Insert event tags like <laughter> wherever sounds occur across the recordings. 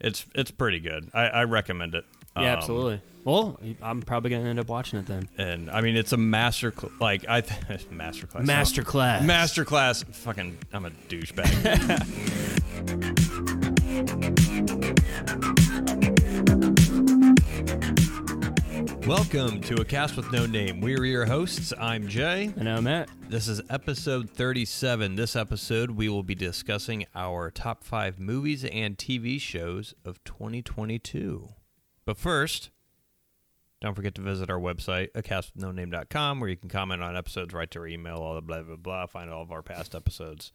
It's it's pretty good. I, I recommend it. Yeah, Um, absolutely. Well, I'm probably gonna end up watching it then. And I mean, it's a master cl- like I <laughs> th- master class. Masterclass. Master class. Fucking, I'm a douchebag. <laughs> Welcome to a cast with no name. We're your hosts. I'm Jay. and I'm Matt. This is episode 37. This episode, we will be discussing our top five movies and TV shows of 2022. But first, don't forget to visit our website, acastwithnoname.com, where you can comment on episodes, write to our email, all the blah, blah, blah, find all of our past episodes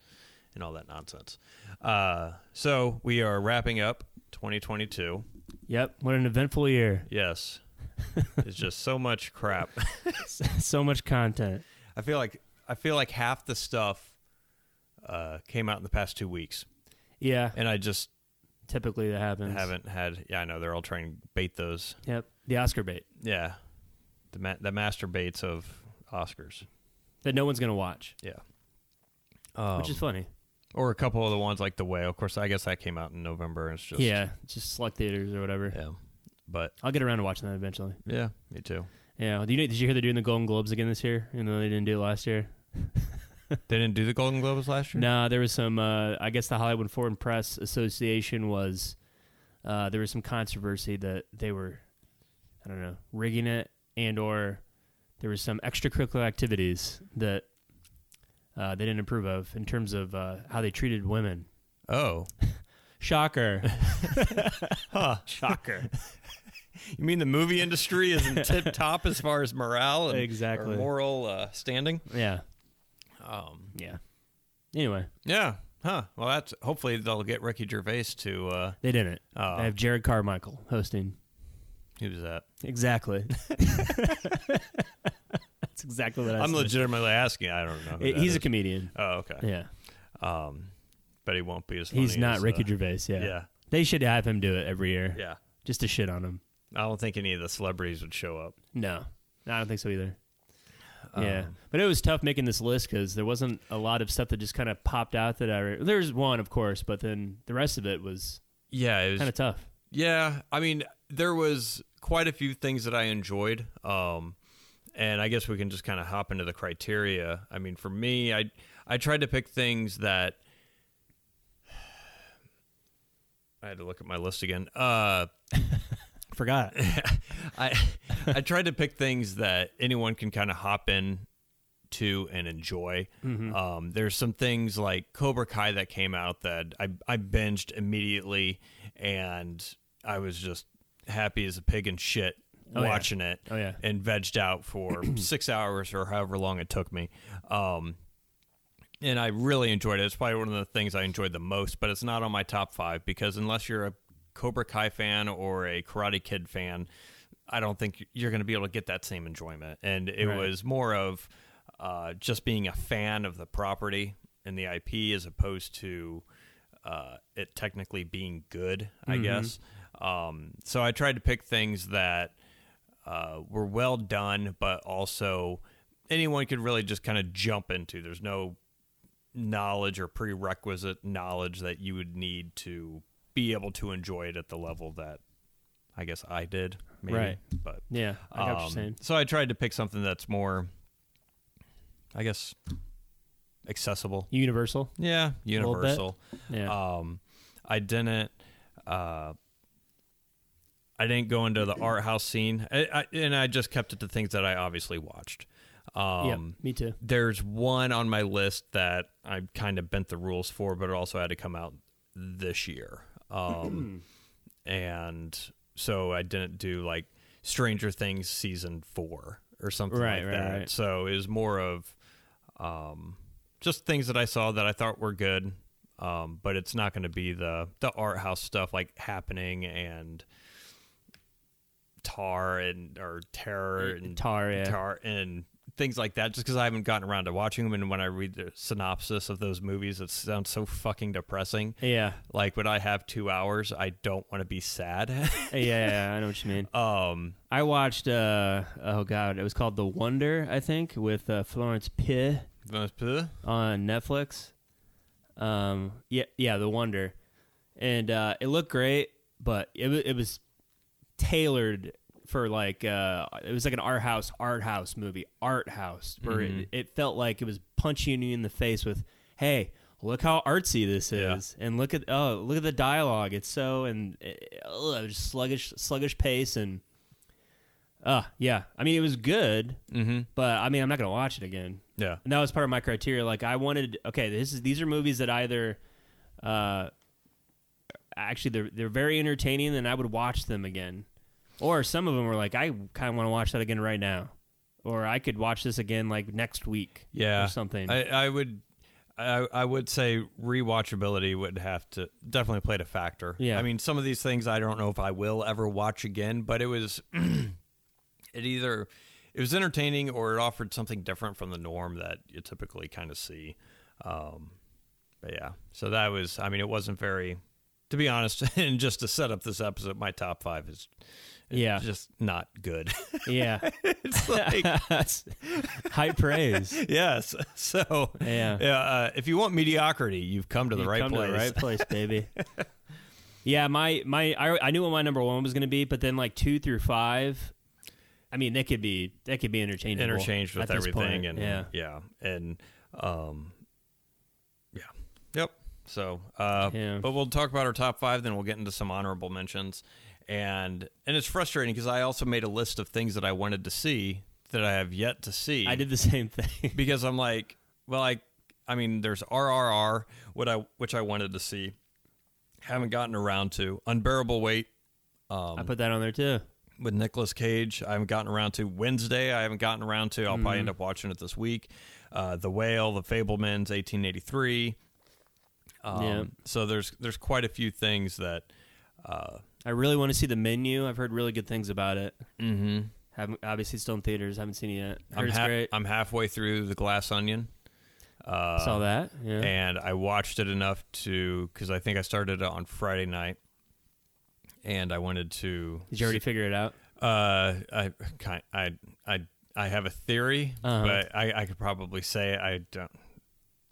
and all that nonsense. Uh, so we are wrapping up 2022. Yep. What an eventful year. <laughs> Yes, it's just so much crap. so much content. I feel like I feel like half the stuff uh, came out in the past two weeks, Yeah. and I just Typically that happens. haven't had. Yeah, I know they're all trying to bait those. Yep. The Oscar bait Yeah, the ma- the master baits of Oscars. that no one's gonna watch, Yeah, um, which is funny. or a couple of the ones like the whale. Of course, I guess that came out in November. And it's just yeah. Just select theaters or whatever. yeah. But I'll get around to watching that eventually. yeah, me too. Yeah. Do you know, did you hear they're doing the Golden Globes again this year? Even though they didn't do it last year. They didn't do the Golden Globes last year. No, there was some. Uh, I guess the Hollywood Foreign Press Association was. Uh, there was some controversy that they were, I don't know, rigging it, and or there was some extracurricular activities that uh, they didn't approve of in terms of uh, how they treated women. <laughs> Oh, Shocker! huh. Shocker! you mean the movie industry isn't tip top as far as morale and or Exactly. moral uh, standing? <laughs> yeah, Um, yeah. Anyway, Yeah. Huh. Well, that's hopefully they'll get Ricky Gervais to. Uh, they didn't. Oh. I have Jared Carmichael hosting. who's that? <laughs> Exactly. That's exactly what I I'm said. legitimately asking. I don't know. who that He's is. a comedian. Oh, okay. Yeah. Um, but he won't be as. Funny He's not as, Ricky Uh, Gervais. Yeah. yeah. They should have him do it every year. Yeah. Just to shit on him. I don't think any of the celebrities would show up. No, I don't think so either. yeah, Um, but it was tough making this list because there wasn't a lot of stuff that just kind of popped out that I. Re- There's one, of course, but then the rest of it was Yeah. It was, kind of tough. yeah. I mean, there was quite a few things that I enjoyed. Um, and I guess we can just kind of hop into the criteria. I mean, for me, I I tried to pick things that I had to look at my list again. Uh, <laughs> Forgot. <laughs> I I tried to pick things that anyone can kind of hop in to and enjoy. Mm-hmm. Um, there's some things like Cobra Kai that came out that I I binged immediately, and I was just happy as a pig in shit Oh, yeah. watching it. Oh, yeah. and vegged out <clears throat> for six hours or however long it took me. Um, and I really enjoyed it. It's probably one of the things I enjoyed the most, but it's not on my top five because unless you're a Cobra Kai fan or a Karate Kid fan, I don't think you're going to be able to get that same enjoyment. And it Right. was more of uh, just being a fan of the property and the IP as opposed to uh, it technically being good, I guess. Um, so I tried to pick things that uh, were well done, but also anyone could really just kind of jump into. There's no knowledge or prerequisite knowledge that you would need to be able to enjoy it at the level that I guess I did, maybe. Right. But Yeah, I got what you're um, saying. so I tried to pick something that's more, I guess, accessible. Universal. Yeah, little bit. universal. Yeah. Um, I didn't. Uh, I didn't go into the art house scene, I, I, and I just kept it to things that I obviously watched. yep. Um, Me too. There's one on my list that I kind of bent the rules for, but it also had to come out this year. <clears throat> Um, and so I didn't do like Stranger Things season four or something Right, like right, that. right. So it was more of um, just things that I saw that I thought were good. Um, but it's not going to be the the art house stuff like happening and tar and or terror and Tar. Yeah. guitar and things like that just because i haven't gotten around to watching them and when i read the synopsis of those movies it sounds so fucking depressing Yeah. like when i have two hours i don't want to be sad <laughs> Yeah, yeah, yeah, I know what you mean. um I watched. uh Oh God, it was called The Wonder, I think, with uh, Florence Pugh. on Netflix. Um, yeah, yeah, The Wonder, and uh, it looked great, but it wa- it was tailored for like uh it was like an art house art house movie art house where it, it felt like it was punching you in the face with hey look how artsy this Yeah. is and look at oh look at the dialogue it's so and uh, ugh, just sluggish sluggish pace and uh yeah i mean it was good Mm-hmm. but i mean i'm not gonna watch it again Yeah. and that was part of my criteria. Like I wanted, okay, this is these are movies that either, uh, actually they're they're very entertaining, and I would watch them again. Or some of them were like, I kind of want to watch that again right now, or I could watch this again like next week, Yeah. or something. I, I would. I, I would say rewatchability would have to definitely played a factor. Yeah. I mean, some of these things I don't know if I will ever watch again, but it was <clears throat> it either it was entertaining or it offered something different from the norm that you typically kind of see. Um, but yeah, so that was I mean it wasn't very to be honest. <laughs> And just to set up this episode, my top five is yeah, just not good. <laughs> yeah, <laughs> it's like That's high praise. yes, <laughs> so Yeah. yeah. Uh, if you want mediocrity, you've come to the You right come place. To the right place, <laughs> baby. yeah, my my I, I knew what my number one was going to be, but then like two through five, I mean, they could be they could be interchangeable. Interchanged with at this everything, point. and yeah, and um, yeah, yep. So, uh, Yeah. but we'll talk about our top five, then we'll get into some honorable mentions, and and it's frustrating because I also made a list of things that I wanted to see that I have yet to see. I did the same thing. <laughs> because I'm like, well, I, I mean, there's RRR, what I which I wanted to see, haven't gotten around to. Unbearable weight um, I put that on there too. with Nicolas Cage. I haven't gotten around to Wednesday. I haven't gotten around to. I'll probably Mm. end up watching it this week. Uh, the Whale, The Fablemans, 1883. Um, Yeah. So there's there's quite a few things that. I really want to see the menu. I've heard really good things about it. Mm-hmm. Haven't obviously it's still in theaters. Haven't seen it yet. Heard I'm, it's ha- great. I'm halfway through The Glass Onion, Uh, Saw that. Yeah. and I watched it enough to because I think I started it on Friday night, and I wanted to. Did you already figure it out? Uh, I kind I I I have a theory, Uh-huh. but I I could probably say I don't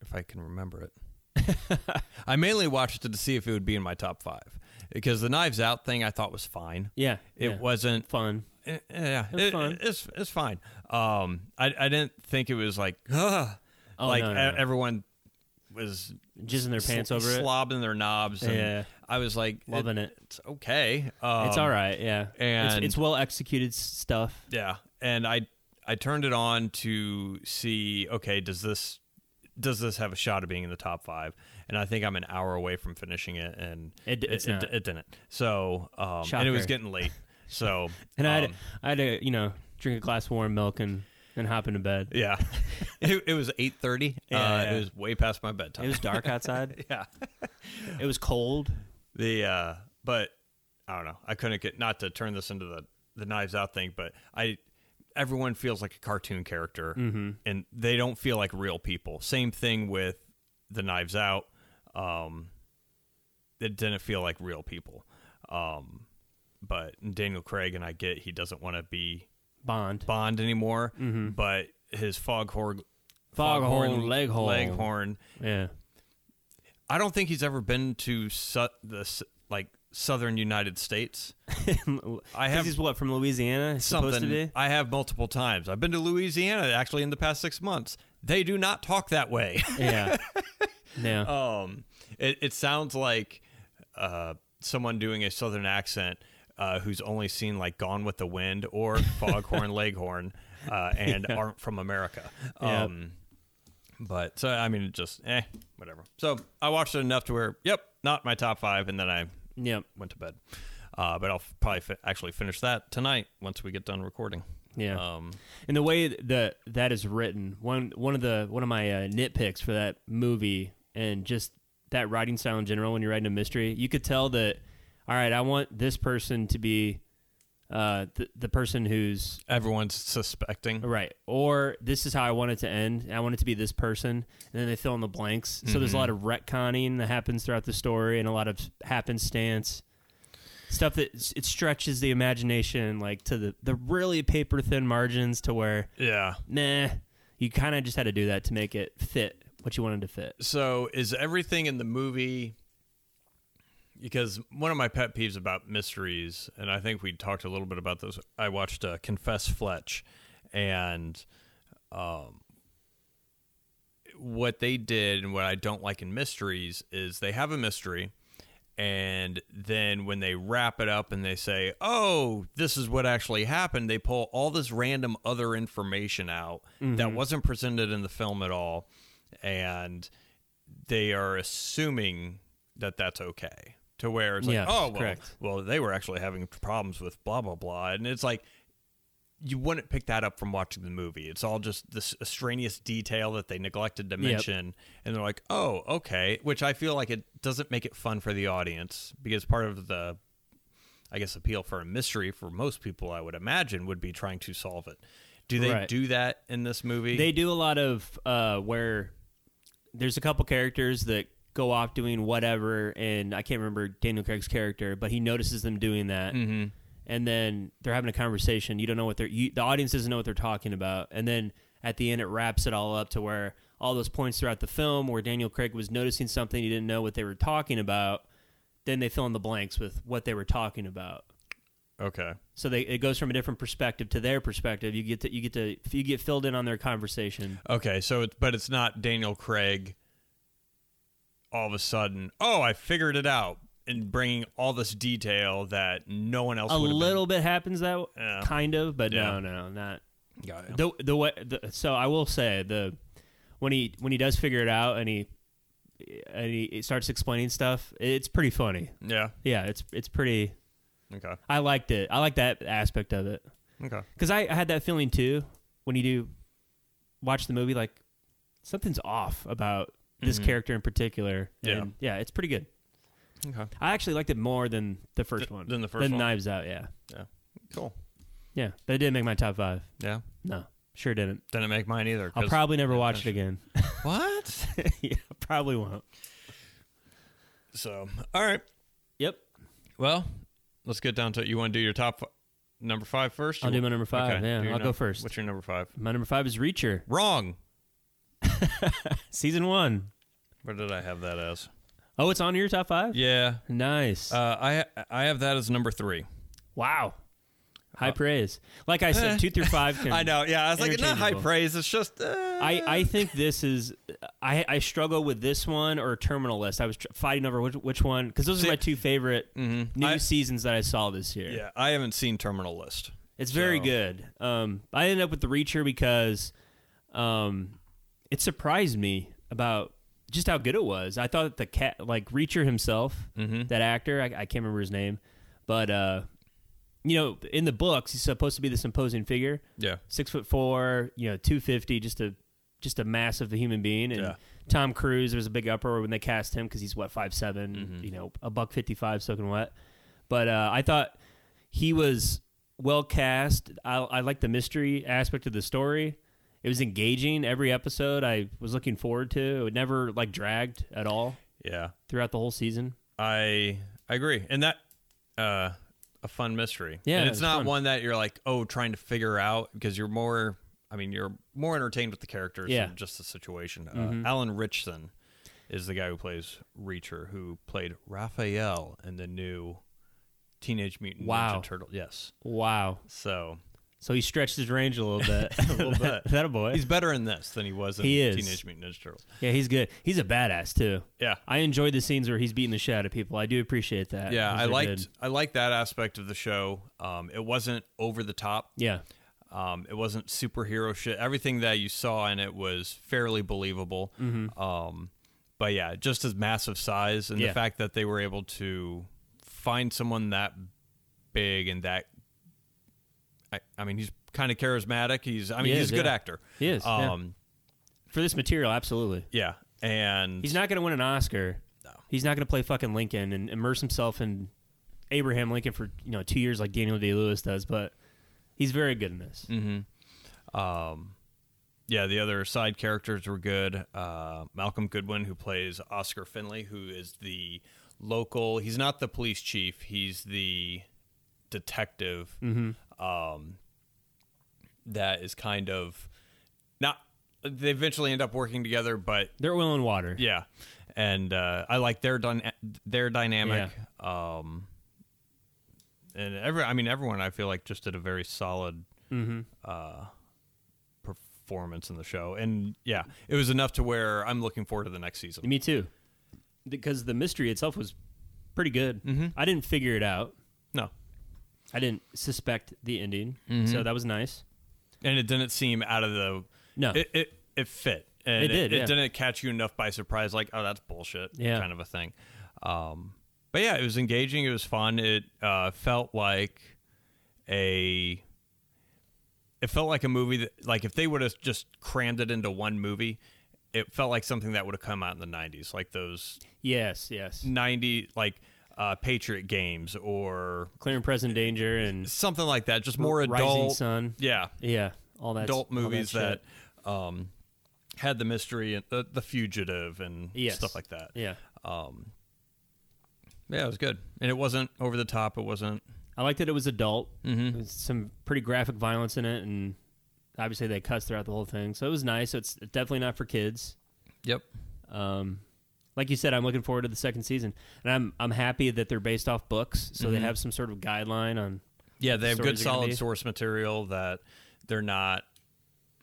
if I can remember it. <laughs> I mainly watched it to see if it would be in my top five because the Knives Out thing I thought was fine. Yeah. It yeah. wasn't. fun. eh, Yeah, was it- fun. It's it's fine. Um, I I didn't think it was like <laughs> ugh, Oh, like no, no, e- no. everyone was Jizzing their pants sl- over it. slobbing their knobs. And Yeah. I was like Loving it. It's okay. Um, It's all right. Yeah. and- it's, it's well executed s- stuff. Yeah, and I I turned it on to see okay, does this does this have a shot of being in the top five? And I think I'm an hour away from finishing it, and It- it's it, not. it didn't. So um, and it was Shocker. getting late. So <laughs> And I had um, I had to you know drink a glass of warm milk and and hop into bed. yeah, <laughs> it, it was eight thirty. Yeah, uh, yeah. It was way past my bedtime. It was dark <laughs> outside. <laughs> yeah, it was cold. the uh, but I don't know. I couldn't get not to turn this into the the knives out thing, but I everyone feels like a cartoon character Mm-hmm. and they don't feel like real people. Same thing with the knives out. Um, it didn't feel like real people. Um, but Daniel Craig and I get he doesn't want to be Bond. Bond anymore, but his foghorn, Mm-hmm. Foghorn Leghorn. Leghorn Yeah. <laughs> I don't think he's ever been to su- the s- like southern United States. I have He's what from Louisiana? He's Supposed to something be. I have multiple times. I've been to Louisiana actually in the past six months. They do not talk that way. <laughs> <laughs> Yeah. Yeah. um, it, it sounds like uh, someone doing a southern accent uh, who's only seen like Gone with the Wind <laughs> or Foghorn Leghorn uh, and aren't from America. Yep. Um, But so I mean, it just eh, whatever. So I watched it enough to where, yep, not my top five, and then I Yep. went to bed. Uh, but I'll f- probably fi- actually finish that tonight once we get done recording. Yeah. Um, and the way that that is written, one one of the one of my uh, nitpicks for that movie and just that writing style in general when you're writing a mystery, you could tell that all right, I want this person to be uh the, the person who's everyone's suspecting. Right. Or this is how I want it to end. and I want it to be this person. And then they fill in the blanks. So there's a lot of retconning that happens throughout the story and a lot of happenstance. Stuff that s- it stretches the imagination like to the, the really paper thin margins to where, Yeah. nah, you kind of just had to do that to make it fit what you wanted to fit. So is everything in the movie because one of my pet peeves about mysteries, and I think we talked a little bit about this. I watched uh, Confess Fletch, and um, what they did and what I don't like in mysteries is they have a mystery, and then when they wrap it up and they say, "Oh, this is what actually happened," they pull all this random other information out Mm-hmm. that wasn't presented in the film at all, and they are assuming that that's okay. To where it's like, Yes, oh, well, correct. well, they were actually having problems with blah blah blah, and it's like you wouldn't pick that up from watching the movie. It's all just this extraneous detail that they neglected to mention, and they're like, "Oh, okay," which I feel like it doesn't make it fun for the audience because part of the, I guess, appeal for a mystery for most people, I would imagine, would be trying to solve it. Do they Right. do that in this movie? They do a lot of uh, where there's a couple characters that go off doing whatever, and I can't remember Daniel Craig's character, but he notices them doing that, Mm. Mm-hmm. and then they're having a conversation. You don't know what they're you, the audience doesn't know what they're talking about, and then at the end it wraps it all up to where all those points throughout the film where Daniel Craig was noticing something he didn't know what they were talking about, then they fill in the blanks with what they were talking about. okay, So they, it goes from a different perspective to their perspective. You get to you get to you get filled in on their conversation. okay. So, it, but it's not Daniel Craig. All of a sudden, oh, I figured it out, and bringing all this detail that no one else a would have been- little bit happens that w- Yeah. kind of, but Yeah. no, no, not Got it. the the way. The, so I will say the when he when he does figure it out and he and he he starts explaining stuff, it's pretty funny. Yeah. Yeah, it's it's pretty. Okay. I liked it. I like that aspect of it Okay. because I, I had that feeling too when you do watch the movie. Like something's off about this Mhm. character in particular. Yeah. and, yeah, it's pretty good. Okay. I actually liked it more than the first Th- one. than the first one? Knives Out. Yeah, Cool. yeah, but it didn't make my top five. Yeah. No, sure didn't. Didn't make mine either. I'll 'cause- probably never watch it again. what? <laughs> yeah, probably won't. so, all right. Yep. Well, let's get down to You want to do your top f- number five first? I'll You do my wa- number five. Okay, Yeah, do your I'll num- go first. What's your number five? My number five is Reacher, Wrong. season one. Where did I have that as? Oh, it's on your top five. Yeah. Nice. Uh, I I have that as number three. wow. High praise. Like <laughs> I said, two through five. Can, uh, I know. Yeah. I was like, not high Interchangeable. praise. It's just. Uh, <laughs> I, I think this is I, I struggle with this one or Terminal List. I was tr- fighting over which, which one because those See- mm-hmm. are my two favorite new I- seasons that I saw this year. Yeah. I haven't seen Terminal List. It's very So- good. Um, I ended up with the Reacher because um, it surprised me about just how good it was. I thought the cat, like Reacher himself, that actor, I, I can't remember his name, but uh, you know, in the books, he's supposed to be this imposing figure, Yeah. six foot four, you know, two fifty, just a just a massive human being. And Yeah. Tom Cruise, there was a big uproar when they cast him because he's what five Mm-hmm. you know, a buck fifty five, soaking wet. But uh, I thought he was well cast. I, I like the mystery aspect of the story. It was engaging every episode. I was looking forward to. It never like dragged at all Yeah. throughout the whole season. I I agree, and that uh, a fun mystery. Yeah, and it's it's not fun. one that you're like oh trying to figure out because you're more. I mean, you're more entertained with the characters Yeah. Mm-hmm. than just the situation. Uh, Alan Richson is the guy who plays Reacher, who played Raphael in the new Teenage Mutant Wow. Ninja Turtle. Yes, Wow. so So he stretched his range a little bit. <laughs> a little bit. <laughs> that a boy. He's better in this than he was in He is. Teenage Mutant Ninja Turtles. yeah, he's good. He's a badass too. Yeah, I enjoyed the scenes where he's beating the shit out of people. I do appreciate that. yeah. Those I are liked good. I liked that aspect of the show. Um, it wasn't over the top. Yeah. Um, it wasn't superhero shit. Everything that you saw in it was fairly believable. Um, but yeah, just his massive size and the Mm-hmm. Yeah. fact that they were able to find someone that big and that. I, I mean, he's kind of charismatic. He's, I mean, He he's is, a good yeah. actor. He is, yeah. Um, For this material, absolutely. yeah. and He's not going to win an Oscar. No. He's not going to play fucking Lincoln and immerse himself in Abraham Lincoln for you know two years like Daniel Day Lewis does, but he's very good in this. Mm-hmm. yeah, the other side characters were good. Uh, Malcolm Goodwin, who plays Oscar Finley, who is the local. He's not the police chief. He's the detective um, that is kind of not. They eventually end up working together, but They're oil and water. yeah, and uh, I like their dyna- their dynamic. Um, and every, I mean, everyone I feel like just did a very solid Mm-hmm. uh, performance in the show. And yeah, it was enough to where I'm looking forward to the next season. Me too. Because the mystery itself was pretty good. Mhm. I didn't figure it out. No, I didn't suspect the ending, Mm-hmm. so that was nice. and it didn't seem out of the. No, It it, it fit. And It did, It, yeah. didn't catch you enough by surprise, like oh that's bullshit, Yeah. kind of a thing. Um, but yeah, it was engaging. It was fun. It uh, felt like a. It felt like a movie that, like, if they would have just crammed it into one movie, it felt like something that would have come out in the '90s, like those yes, yes. Mm. 90 like uh, Patriot games or Clear and present danger and something like that. Just more Rising adult, Sun. yeah, Yeah, all that adult all that movies that, shit. um, had the mystery and uh, the, the fugitive and Yes. stuff like that. Yeah, Yeah, it was good, and it wasn't over the top. It wasn't. I liked that it was adult. Mm-hmm. There was some pretty graphic violence in it, and obviously they cussed throughout the whole thing, so it was nice. So it's definitely not for kids. Yep. Um, like you said, I'm looking forward to the second season, and I'm I'm happy that they're based off books, so Mm-hmm. they have some sort of guideline on. Yeah, they have good Stories are gonna solid be- source material that they're not.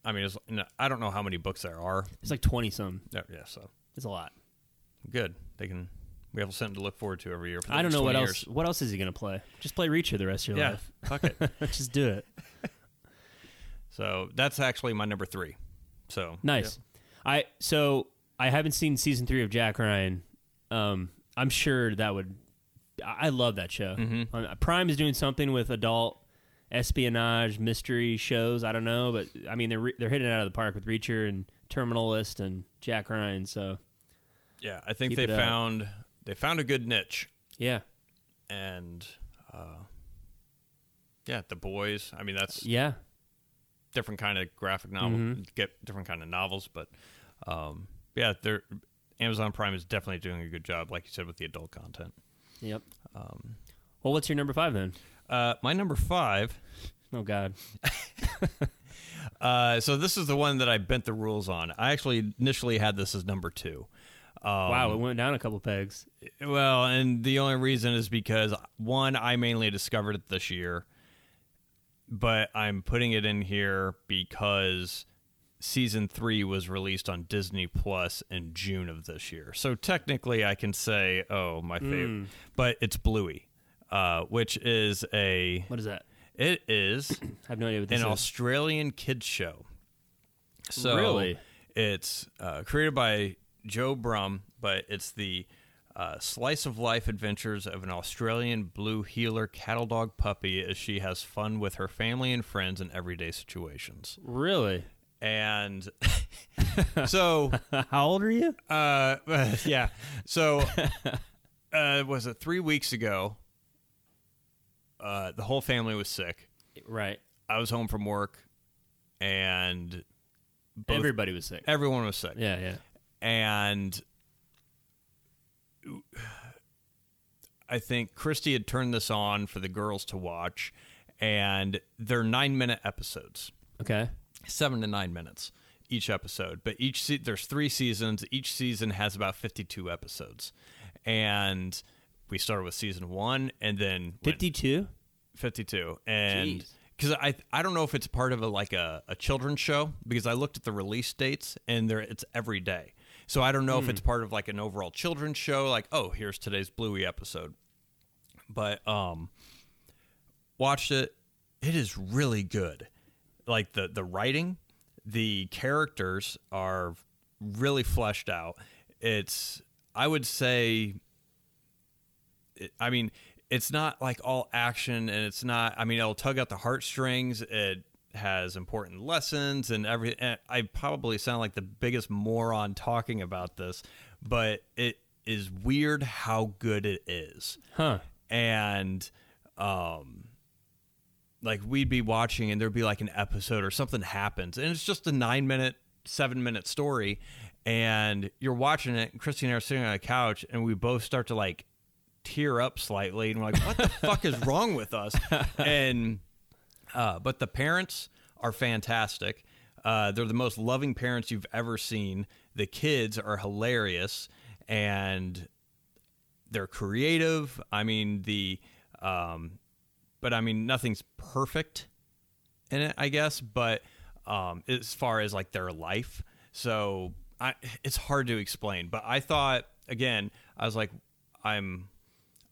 I mean, it's, no, I don't know how many books there are. It's like twenty some. Yeah, yeah, so It's a lot. good. They can. We have something to look forward to every year. For the I don't next know what 20 else. years. What else is he gonna play? Just play Reacher the rest of your Yeah, life. fuck it. <laughs> Just do it. So that's actually my number three. So Nice. I so I haven't seen season three of Jack Ryan. Um, I'm sure that would. I I love that show. Uh, Prime is doing something with adult espionage mystery shows. I don't know, but I mean they're re- they're hitting it out of the park with Reacher and Terminalist and Jack Ryan. So Yeah, yeah I think Keep they it up. found they found a good niche, yeah, and uh, yeah, the boys. I mean, that's yeah, different kind of graphic novel, get different kind of novels, but um, yeah, they're Amazon Prime is definitely doing a good job, like you said, with the adult content. yep. Um, well, what's your number five then? Uh, my number five. Oh God, Uh, so this is the one that I bent the rules on. I actually initially had this as number two. Um, wow, it went down a couple pegs. Well, and the only reason is because one, I mainly discovered it this year, but I'm putting it in here because season three was released on Disney Plus in June of this year. So technically, I can say, oh, my favorite, but it's Bluey, uh, which is a What is that? it is I have no idea what this an is. Australian kids show. So Really? it's uh, created by Joe Brum, but it's the uh, slice of life adventures of an Australian blue heeler cattle dog puppy as she has fun with her family and friends in everyday situations. really? And <laughs> so, <laughs> How old are you? uh, <laughs> yeah, so uh, was it three weeks ago? Uh, the whole family was sick. Right. I was home from work, and both- Everybody was sick. everyone was sick. Yeah, yeah. And I think Christy had turned this on for the girls to watch, and they're nine minute episodes, Okay. seven to nine minutes each episode. But each se- there's three seasons. Each season has about fifty two episodes, and we started with season one, and then went- 52? 52 and Jeez. because I, I don't know if it's part of a like a, a children's show because i looked at the release dates and there it's every day so i don't know if it's part of like an overall children's show like oh here's today's bluey episode but um watched it it is really good like the the writing the characters are really fleshed out it's i would say it- I mean, it's not like all action and it's not, I mean, it'll tug at the heartstrings. It has important lessons and every, and I probably sound like the biggest moron talking about this, but it is weird how good it is. Huh. And, um, like we'd be watching and there'd be like an episode or something happens and it's just a nine minute seven minute story and you're watching it and christy and i are sitting on a couch and we both start to like tear up slightly and we're like what the fuck is wrong with us and uh, but the parents are fantastic uh, they're the most loving parents you've ever seen the kids are hilarious and they're creative. I mean the, um, but I mean nothing's perfect in it, I guess. But um, as far as like their life, so I, it's hard to explain. But I thought again, I was like, I'm,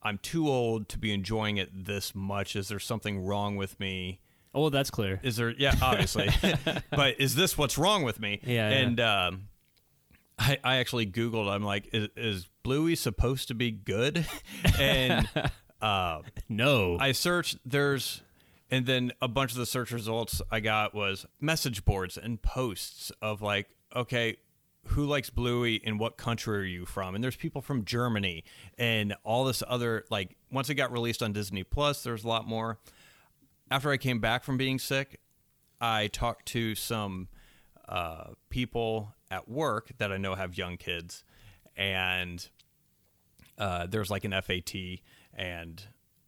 I'm too old to be enjoying it this much. Is there something wrong with me? Oh, well, that's clear. Is there? Yeah, <laughs> obviously. but is this what's wrong with me? Yeah, yeah. And Um, I, I actually Googled. I'm like, is, is Bluey supposed to be <laughs> good? and uh, No. I searched. There's, and then a bunch of the search results I got was message boards and posts of like, okay, who likes Bluey and what country are you from? And there's people from Germany and all this other like. Once it got released on Disney Plus, there's a lot more. After I came back from being sick, I talked to some uh, people at work that I know have young kids, and uh, there's like an FAT and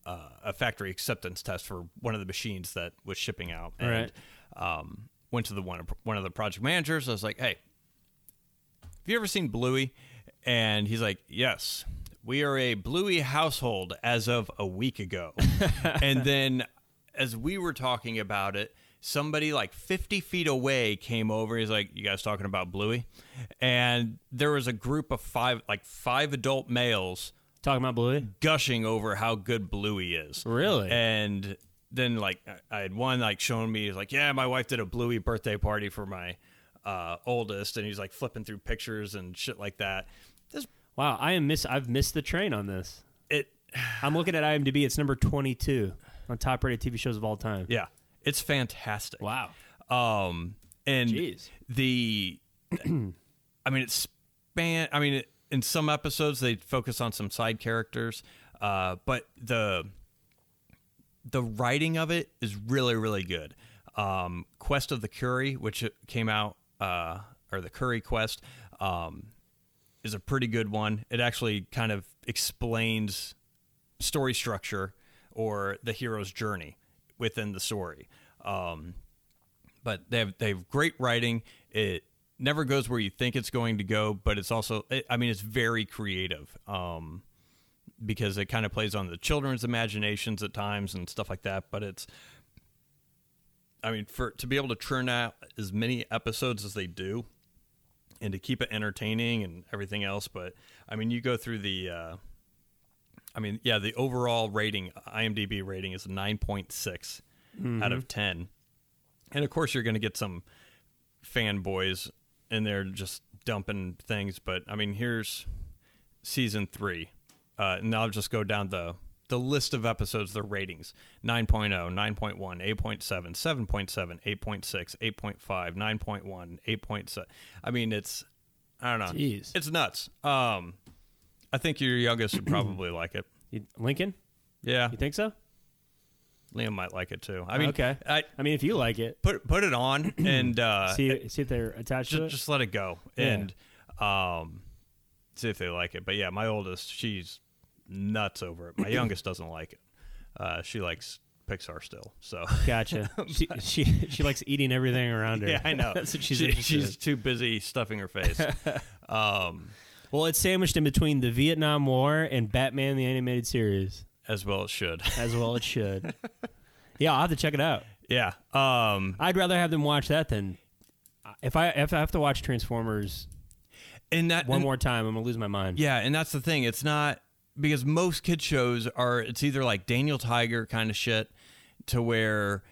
uh, a factory acceptance test for one of the machines that was shipping out. And um, went to the one one of the project managers. I was like, "Hey, have you ever seen Bluey? And he's like, Yes, we are a Bluey household as of a week ago. and then as we were talking about it, somebody like 50 feet away came over. He's like, You guys talking about Bluey? And there was a group of five, like five adult males Talking about Bluey? Eh. gushing over how good Bluey is. Really? And then like I- I had one like showing me he's like, yeah, my wife did a Bluey birthday party for my uh, oldest, and he's like flipping through pictures and shit like that. This Wow, I am miss I've missed the train on this. it I'm looking at IMDb, it's number 22 on top rated TV shows of all time. yeah, it's fantastic. Wow. Um, and Jeez. the, I mean, it span. I mean, it, in some episodes they focus on some side characters, uh, but the the writing of it is really really good. Um, Quest of the Curry, which came out, uh, or the Curry Quest, um, is a pretty good one. It actually kind of explains story structure or the hero's journey within the story. Um, but they have they have great writing. It never goes where you think it's going to go, but it's also it, I mean it's very creative um, because it kind of plays on the children's imaginations at times and stuff like that. But it's I mean for to be able to churn out as many episodes as they do and to keep it entertaining and everything else. But I mean you go through the. Uh, I mean, yeah, the overall rating, IMDb rating is 9.6 out of 10. And of course, you're going to get some fanboys in there just dumping things. But I mean, here's season three. Uh, and I'll just go down the, the list of episodes, the ratings oh, 9.0, 9.1, 8.7, 7.7, 8.6, 8.5, 9.1, 8.7. I mean, it's, I don't know. Jeez. It's nuts. Um, I think your youngest would probably like it. You- Lincoln? Yeah, You think so? Liam might like it too. I mean, Okay. I I mean, if you like it, put put it <clears throat> on and uh, see see if they're attached to just it. just let it go Yeah. and um, see if they like it. But yeah, my oldest, she's nuts over it. My youngest doesn't like it. Uh, she likes Pixar still. So <laughs> Gotcha. she, she she likes eating everything around <laughs> her. yeah, I know. <laughs> That's what she's She- interested in. she's too busy stuffing her <laughs> face. um, Well, it's sandwiched in between the Vietnam War and Batman the animated series, as well it should. as well <laughs> it should. yeah, I'll have to check it out. yeah. Um, I'd rather have them watch that than uh, if I if I have to watch Transformers and that one and- more time, I'm gonna lose my mind. Yeah, and that's the thing. It's not because most kid shows are it's either like Daniel Tiger kind of shit to where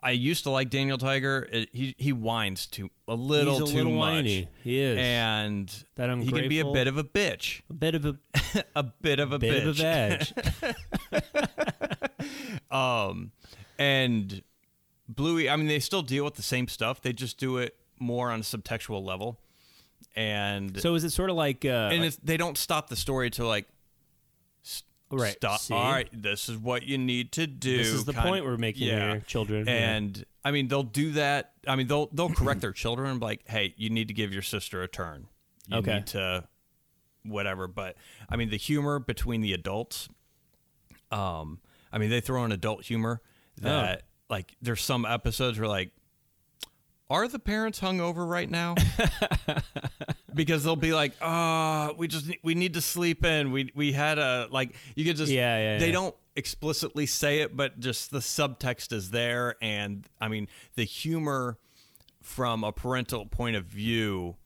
I used to like Daniel Tiger. It, he he whines too a little He's a too little much. whiny. He is. And That he can be a ungrateful- bit of a bitch. <laughs> a bit of a a bit of a bit bitch. of a badge. um and bluey i mean they still deal with the same stuff they just do it more on a subtextual level and so is it sort of like uh, and it's, they don't stop the story to like s- Right, stop see? all right this is what you need to do This is the kind- point we're making yeah. here, children. Yeah. and i mean they'll do that i mean they'll they'll correct their children and be like hey you need to give your sister a turn you Okay. need to whatever but i mean the humor between the adults um i mean they throw in adult humor Oh. that like there's some <laughs> episodes where like are the parents hung over right now because they'll be like, "Ah, we just ne- we need to sleep in. We we had a like you could just Yeah, yeah, They yeah. don't explicitly say it, but just the subtext is there, and I mean the humor from a parental point of view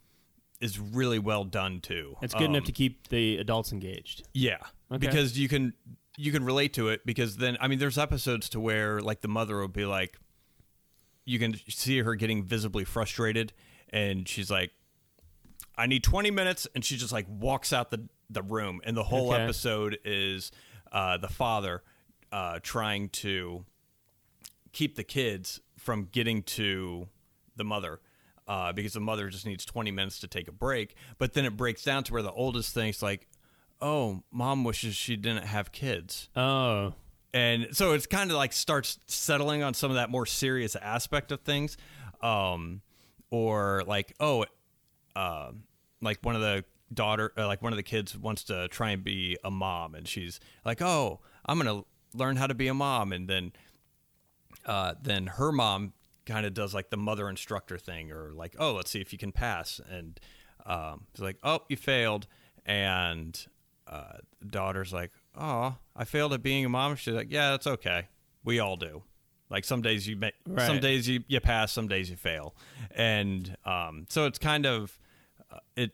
is really well done too. It's good Um, enough to keep the adults engaged. yeah, Okay. because you can you can relate to it because then I mean there's episodes to where like the mother will be like, you can see her getting visibly frustrated, and she's like, "I need 20 minutes," and she just like walks out the the room, and the whole Okay. episode is uh, the father uh, trying to keep the kids from getting to the mother uh, because the mother just needs 20 minutes to take a break. But then it breaks down to where the oldest thinks, like, oh, mom wishes she didn't have kids. Oh, And so it's kind of like starts settling on some of that more serious aspect of things. Um, or like, oh, um, like one of the daughter uh, like one of the kids wants to try and be a mom and she's like oh i'm gonna learn how to be a mom and then uh, then her mom kind of does like the mother instructor thing or like oh let's see if you can pass and um, it's like oh you failed and uh, the daughter's like oh i failed at being a mom she's like yeah that's okay we all do like some days you make some Right. days you, you pass some days you fail and um, so it's kind of uh, it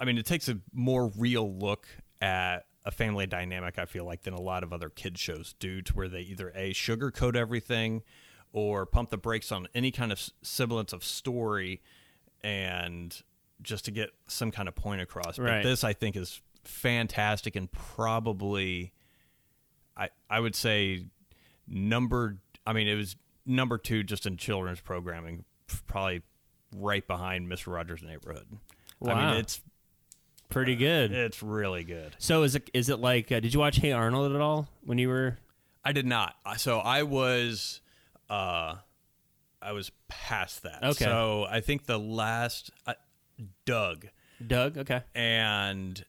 I mean, it takes a more real look at a family dynamic, I feel like, than a lot of other kid shows do, to where they either A, sugarcoat everything or pump the brakes on any kind of s- semblance of story and just to get some kind of point across. Right. But this, I think, is fantastic and probably, I, I would say, number, I mean, it was number two just in children's programming, f- probably right behind Mister Rogers' Neighborhood. I Wow. mean, it's pretty good. it's really good. so is it is it like? Uh, did you watch Hey Arnold at all when you were? I did not. I- So I was, uh, I was past that. Okay. So I think the last uh, Doug Doug, okay. and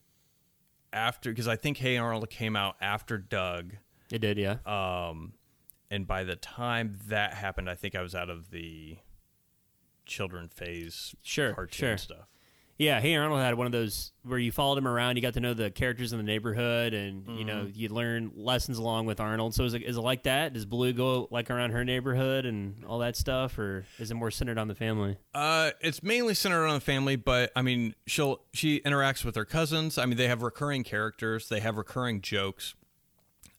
after because I think Hey Arnold came out after Doug, It did, yeah. um, and by the time that happened, I think I was out of the children phase Sure, cartoon sure. stuff. yeah, Hey Arnold had one of those where you followed him around, you got to know the characters in the neighborhood, and you know Mm-hmm. you learn lessons along with Arnold. So is it, is it like that? Does Blue go like around her neighborhood and all that stuff, or is it more centered on the family? Uh, it's mainly centered on the family, but I mean, she'll she interacts with her cousins. I mean, they have recurring characters, they have recurring jokes.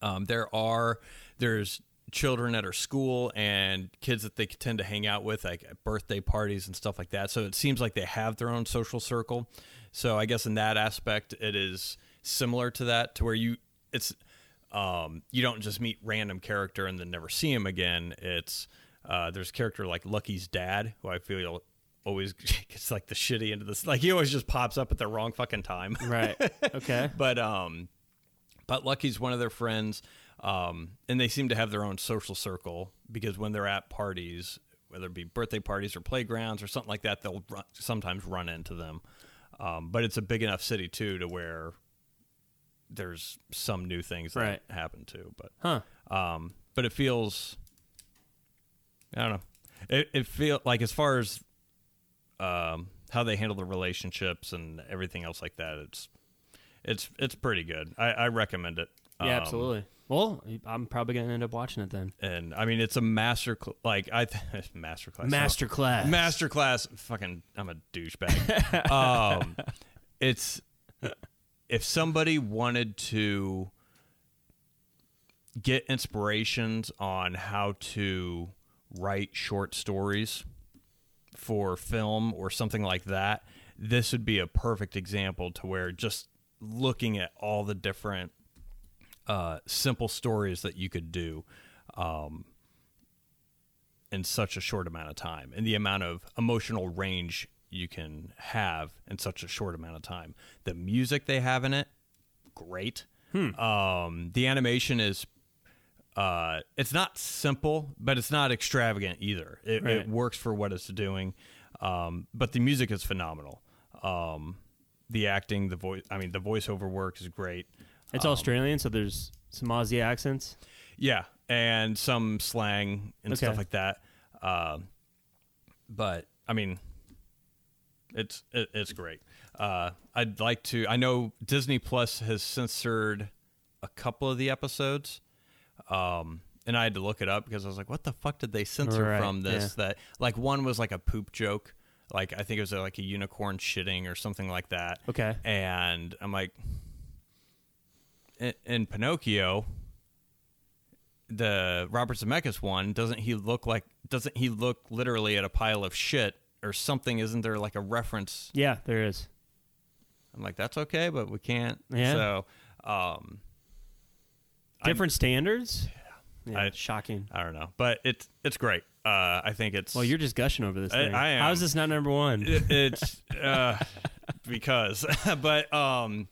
Um, there are there's children at her school and kids that they tend to hang out with, like at birthday parties and stuff like that. So it seems like they have their own social circle. So I guess in that aspect, it is similar to that, to where you it's um, you don't just meet random character and then never see him again. It's uh, there's a character like Lucky's dad, who I feel always <laughs> gets like the shitty end of this. Like he always just pops up at the wrong fucking time. <laughs> Right. okay. but um, but Lucky's one of their friends, um, and they seem to have their own social circle because when they're at parties, whether it be birthday parties or playgrounds or something like that, they'll run, sometimes run into them. Um, but it's a big enough city too to where there's some new things that Right. happen too. But Huh. um, but it feels, I don't know, it it feel like as far as um, how they handle the relationships and everything else like that, it's it's it's pretty good. I, I recommend it. Yeah, Um, absolutely. Well, I'm probably gonna end up watching it then. And I mean, it's a master cl- like I th- <laughs> master class Masterclass. master class. Fucking, I'm a douchebag. um, it's if somebody wanted to get inspirations on how to write short stories for film or something like that, this would be a perfect example to where just looking at all the different uh, simple stories that you could do um, in such a short amount of time and the amount of emotional range you can have in such a short amount of time. The music they have in it, great. Um, the animation is uh, it's not simple, but it's not extravagant either. It, Right. it works for what it's doing. Um, but the music is phenomenal. Um, the acting, the voice, I mean, the voiceover work is great. It's um, Australian, so there's some Aussie accents. Yeah, and some slang and Okay. stuff like that. Um, but I mean, It's it, it's great. Uh, I'd like to. I know Disney Plus has censored a couple of the episodes, um, and I had to look it up because I was like, "What the fuck did they censor Right, from this?" That like one was like a poop joke, like I think it was uh, like a unicorn shitting or something like that. Okay. and I'm like, in, in Pinocchio, the Robert Zemeckis one, doesn't he look like? Doesn't he look literally at a pile of shit or something? Isn't there like a reference? Yeah, there is. I'm like, that's okay, but we can't. Yeah. So, um, I'm- Different standards? Yeah. I- it's shocking. I don't know, but it's it's great. Uh, I think it's Well, you're just gushing over this I- thing. I am. How is this not number one? it, it's uh, because, <laughs> but um,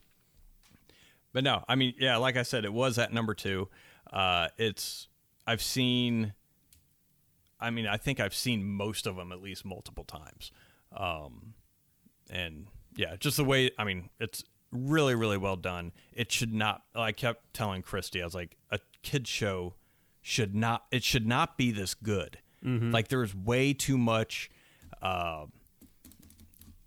but no, I mean, yeah, like I said, it was at number two. Uh, it's I've seen, I mean, I think I've seen most of them at least multiple times, um, and yeah, just the way I mean, it's really really well done. It should not. I kept telling Christy, I was like, a kid show should not. It should not be this good. Like there's way too much. Uh,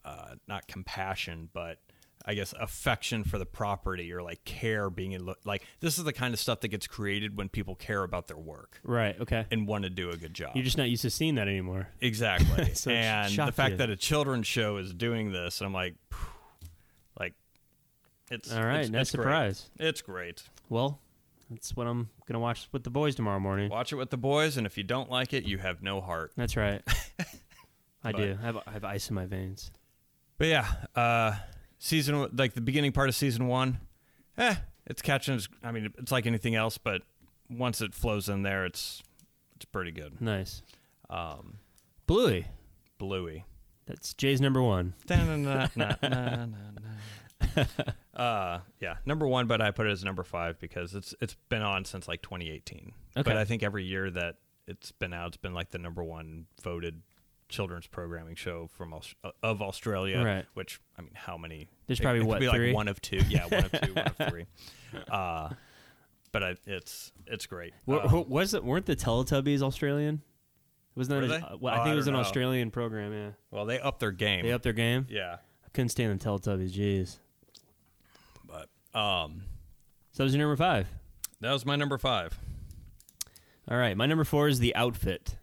uh, not compassion, but I guess affection for the property or like care being in, like this is the kind of stuff that gets created when people care about their work right, okay. and want to do a good job. You're just not used to seeing that anymore. <laughs> exactly. So it and the shocked fact you. that a children's show is doing this, I'm like, phew, like it's All right, it's- no it's great. surprise. It's great. Well, that's what I'm going to watch with the boys tomorrow morning. Watch it with the boys, and if you don't like it, you have no heart. <laughs> That's right. I But- do. I have, I have ice in my veins. But yeah, uh season like the beginning part of season one, eh, it's catching. its- I mean, it's like anything else, but once it flows in there, it's it's pretty good. Nice. Um, Bluey. <laughs> Bluey. That's Jay's number one. uh, yeah, number one, but I put it as number five because it's it's been on since like 2018. Okay. But I think every year that it's been out, it's been like the number one voted children's programming show from Aus- of Australia. Right. Which I mean, how many? There's it- probably, it could what, be three? like one of two. Yeah, one of two, one <laughs> of three. Uh, but I, it's it's great. Wa- Um, wa- was it, weren't the Teletubbies Australian? Was that Were an- they? uh, well, Oh, I I think it don't was an know. Australian program, yeah. well, they upped their game. They upped their game? Yeah, I couldn't stand the Teletubbies, jeez. but um, So that was your number five. that was my number five. All right, my number four is the outfit.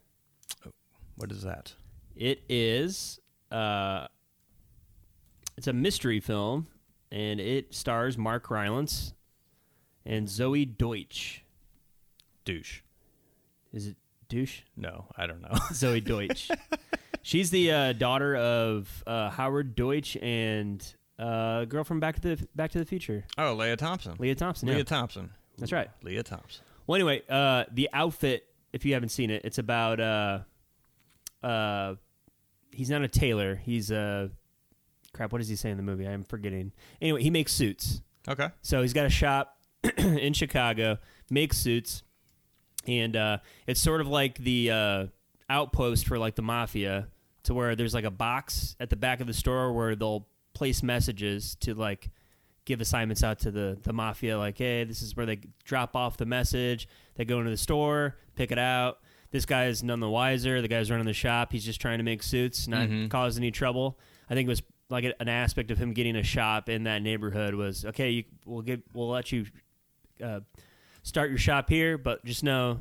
What is that? It is uh, it's a mystery film, and it stars Mark Rylance and Zoe Deutsch. Douche. Is it douche? No, I don't know. <laughs> Zoe Deutsch. She's the uh, daughter of uh, Howard Deutsch and uh, girl from Back to the Back to the Future, Oh, Leah Thompson. Leah Thompson. yeah. Leah Thompson. That's right. Leah Thompson. Well, anyway, uh, the outfit, if you haven't seen it, it's about uh, uh, he's not a tailor. He's a crap. What does he say in the movie? I'm forgetting. Anyway, he makes suits. Okay. So he's got a shop <clears throat> in Chicago, makes suits, and uh, it's sort of like the uh, outpost for like the mafia, to where there's like a box at the back of the store where they'll place messages to like give assignments out to the the mafia, like hey, this is where they drop off the message. They go into the store, pick it out. This guy is none the wiser. The guy's running the shop. He's just trying to make suits, not cause any trouble. I think it was like a- an aspect of him getting a shop in that neighborhood was okay. You, we'll give, we'll let you uh, start your shop here, but just know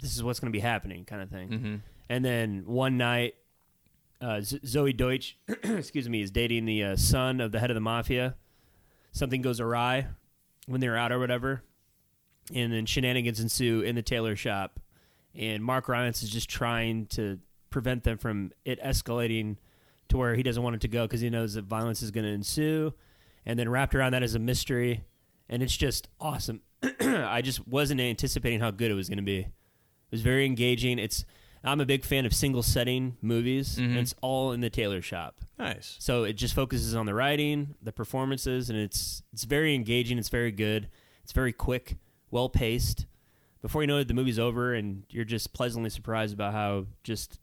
this is what's going to be happening, kind of thing. Mm. Mm-hmm. And then one night, uh, Z- Zoe Deutsch, <clears throat> excuse me, is dating the uh, son of the head of the mafia. Something goes awry when they're out or whatever, and then shenanigans ensue in the tailor shop. And Mark Rylance is just trying to prevent them from it escalating to where he doesn't want it to go because he knows that violence is going to ensue. And then wrapped around that is a mystery, and it's just awesome. <clears throat> I just wasn't anticipating how good it was going to be. It was very engaging. It's I'm a big fan of single setting movies. And it's all in the tailor shop. Nice. So it just focuses on the writing, the performances, and it's it's very engaging. It's very good. It's very quick, well paced. Before you know it, the movie's over, and you're just pleasantly surprised about how just